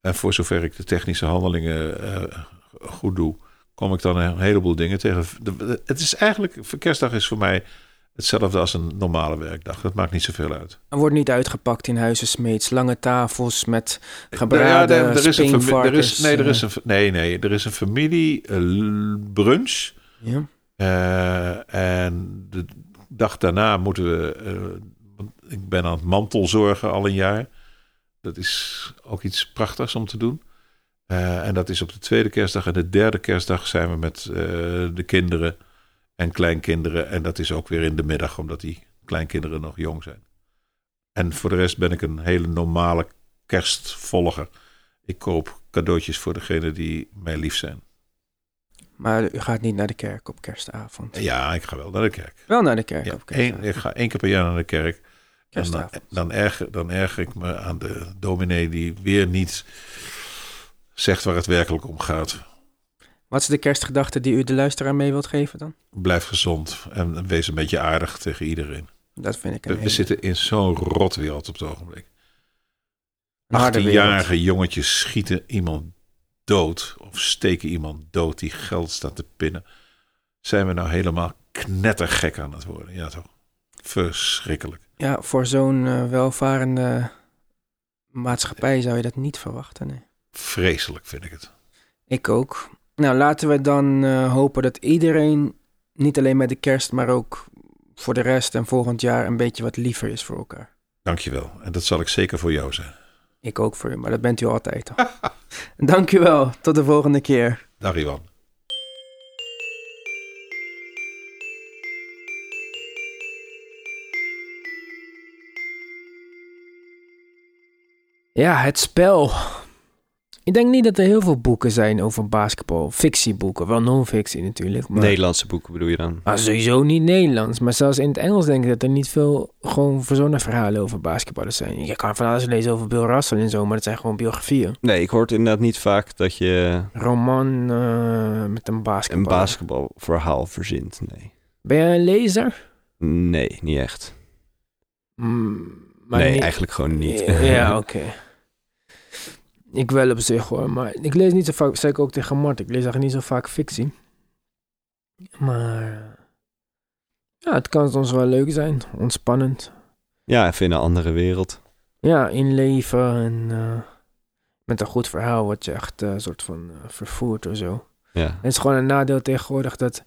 Speaker 4: En voor zover ik de technische handelingen eh, goed doe, kom ik dan een heleboel dingen tegen. De- de- Het is eigenlijk, kerstdag is voor mij hetzelfde als een normale werkdag. Dat maakt niet zoveel uit.
Speaker 1: Er wordt niet uitgepakt in huizen smeets. Lange tafels met gebraden
Speaker 4: Ja, er, er is een fami- er is,
Speaker 1: speenvarkens,
Speaker 4: nee, er is
Speaker 1: eh,
Speaker 4: een, nee, nee, er is een familie eh, l- brunch.
Speaker 1: ja.
Speaker 4: Eh, en de dag daarna moeten we. eh, want ik ben aan het mantelzorgen al een jaar. Dat is ook iets prachtigs om te doen. Eh, en dat is op de tweede kerstdag. En de derde kerstdag zijn we met eh, de kinderen en kleinkinderen. En dat is ook weer in de middag, omdat die kleinkinderen nog jong zijn. En voor de rest ben ik een hele normale kerstvolger. Ik koop cadeautjes voor degenen die mij lief zijn.
Speaker 1: Maar u gaat niet naar de kerk op kerstavond.
Speaker 4: Ja, ik ga wel naar de kerk.
Speaker 1: Wel naar de kerk
Speaker 4: Ja,
Speaker 1: op
Speaker 4: één,
Speaker 1: kerstavond.
Speaker 4: ik ga één keer per jaar naar de kerk. En dan,
Speaker 1: kerstavond.
Speaker 4: dan, erger, dan erger ik me aan de dominee die weer niet zegt waar het werkelijk om gaat.
Speaker 1: Wat is de kerstgedachte die u de luisteraar mee wilt geven dan?
Speaker 4: Blijf gezond en wees een beetje aardig tegen iedereen.
Speaker 1: Dat vind ik een
Speaker 4: We, we
Speaker 1: hele-
Speaker 4: zitten in zo'n rotwereld op het ogenblik.
Speaker 1: Een harde wereld.
Speaker 4: 18-jarige jongetjes schieten iemand dood of steken iemand dood die geld staat te pinnen. Zijn we nou helemaal knettergek aan het worden? Ja toch? Verschrikkelijk.
Speaker 1: Ja, voor zo'n eh, welvarende maatschappij zou je dat niet verwachten, nee.
Speaker 4: Vreselijk vind ik het.
Speaker 1: Ik ook. Nou, laten we dan eh, hopen dat iedereen, niet alleen met de kerst, maar ook voor de rest en volgend jaar een beetje wat liever is voor elkaar.
Speaker 4: Dankjewel. En dat zal ik zeker voor jou zijn.
Speaker 1: Ik ook voor u, maar dat bent u altijd al. Dank u wel, tot de volgende keer.
Speaker 4: Dag Iwan.
Speaker 1: Ja, het spel. Ik denk niet dat er heel veel boeken zijn over basketbal. Fictieboeken, wel non-fictie natuurlijk. Maar...
Speaker 2: Nederlandse boeken bedoel je dan?
Speaker 1: Maar sowieso niet Nederlands. Maar zelfs in het Engels denk ik dat er niet veel gewoon verzonnen verhalen over basketballers zijn. Je kan van alles lezen over Bill Russell en zo, maar dat zijn gewoon biografieën.
Speaker 2: Nee, ik hoor het inderdaad niet vaak dat je
Speaker 1: Roman eh, met een
Speaker 2: een
Speaker 1: basketbal.
Speaker 2: basketbalverhaal verzint. Nee.
Speaker 1: ben jij een lezer?
Speaker 2: Nee, niet echt.
Speaker 1: Mm,
Speaker 2: nee,
Speaker 1: niet-
Speaker 2: eigenlijk gewoon niet.
Speaker 1: Ja, oké. Ik wel op zich hoor, maar ik lees niet zo vaak, zei ik ook tegen Mart, ik lees eigenlijk niet zo vaak fictie. Maar ja, het kan soms wel leuk zijn, ontspannend.
Speaker 2: ja, even in een andere wereld.
Speaker 1: Ja, inleven en eh, met een goed verhaal word je echt een soort van eh, vervoerd of zo.
Speaker 2: Ja.
Speaker 1: Het is gewoon een nadeel tegenwoordig dat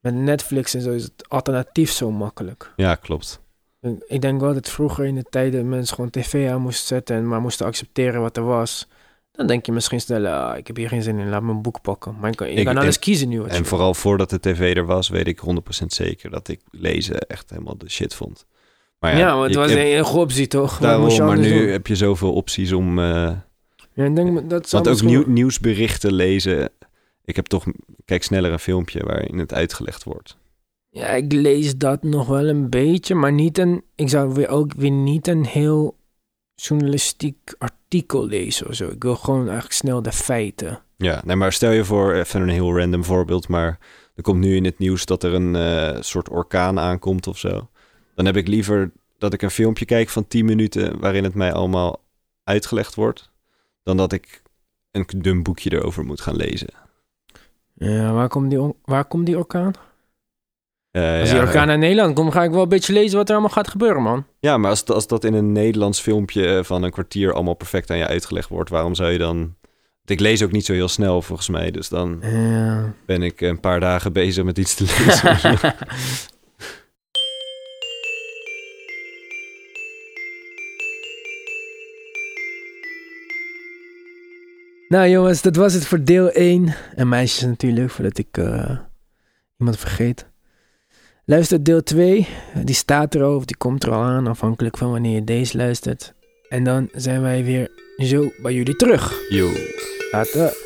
Speaker 1: met Netflix en zo is het alternatief zo makkelijk.
Speaker 2: ja, klopt.
Speaker 1: Ik- Ik denk wel dat vroeger in de tijden mensen gewoon tv aan moesten zetten en maar moesten accepteren wat er was. Dan denk je misschien snel, ah, ik heb hier geen zin in, laat me een boek pakken. Maar je kan, je
Speaker 2: Ik-
Speaker 1: kan
Speaker 2: en-
Speaker 1: alles kiezen nu. Wat je
Speaker 2: En
Speaker 1: wil.
Speaker 2: vooral voordat de tv er was, weet ik 100% zeker dat ik lezen echt helemaal de shit vond. Maar
Speaker 1: ja,
Speaker 2: ja,
Speaker 1: want het
Speaker 2: je-
Speaker 1: was
Speaker 2: je
Speaker 1: een
Speaker 2: hebt
Speaker 1: enige optie toch? Wat moest
Speaker 2: daarom,
Speaker 1: je
Speaker 2: maar
Speaker 1: anders
Speaker 2: nu
Speaker 1: doen?
Speaker 2: heb je zoveel opties om... eh,
Speaker 1: Ja, ik denk, dat zou
Speaker 2: Want ook
Speaker 1: misschien-
Speaker 2: nieuw, nieuwsberichten lezen. Ik heb toch, kijk sneller een filmpje waarin het uitgelegd wordt.
Speaker 1: Ja, ik lees dat nog wel een beetje, maar niet een... Ik zou weer ook weer niet een heel journalistiek artikel lezen of zo. Ik wil gewoon eigenlijk snel de feiten.
Speaker 2: Ja, nee, maar stel je voor, eh, even een heel random voorbeeld, maar er komt nu in het nieuws dat er een eh, soort orkaan aankomt of zo. Dan heb ik liever dat ik een filmpje kijk van 10 minuten waarin het mij allemaal uitgelegd wordt, dan dat ik een dun boekje erover moet gaan lezen.
Speaker 1: Ja, waar komt die, on- waar komt die orkaan?
Speaker 2: Eh,
Speaker 1: Als die
Speaker 2: ja,
Speaker 1: orkaan naar Nederland komt, ga ik wel een beetje lezen wat er allemaal gaat gebeuren, man.
Speaker 2: ja, maar als, als dat in een Nederlands filmpje eh, van een kwartier allemaal perfect aan je uitgelegd wordt, waarom zou je dan... Want Ik lees ook niet zo heel snel volgens mij, dus dan...
Speaker 1: Ja.
Speaker 2: ben ik een paar dagen bezig met iets te lezen.
Speaker 1: nou jongens, dat was het voor deel 1. En meisjes natuurlijk, voordat ik eh, iemand vergeet. Luister deel 2. Die staat er al, of die komt er al aan, afhankelijk van wanneer je deze luistert. En dan zijn wij weer zo bij jullie terug.
Speaker 2: Yo.
Speaker 1: Later.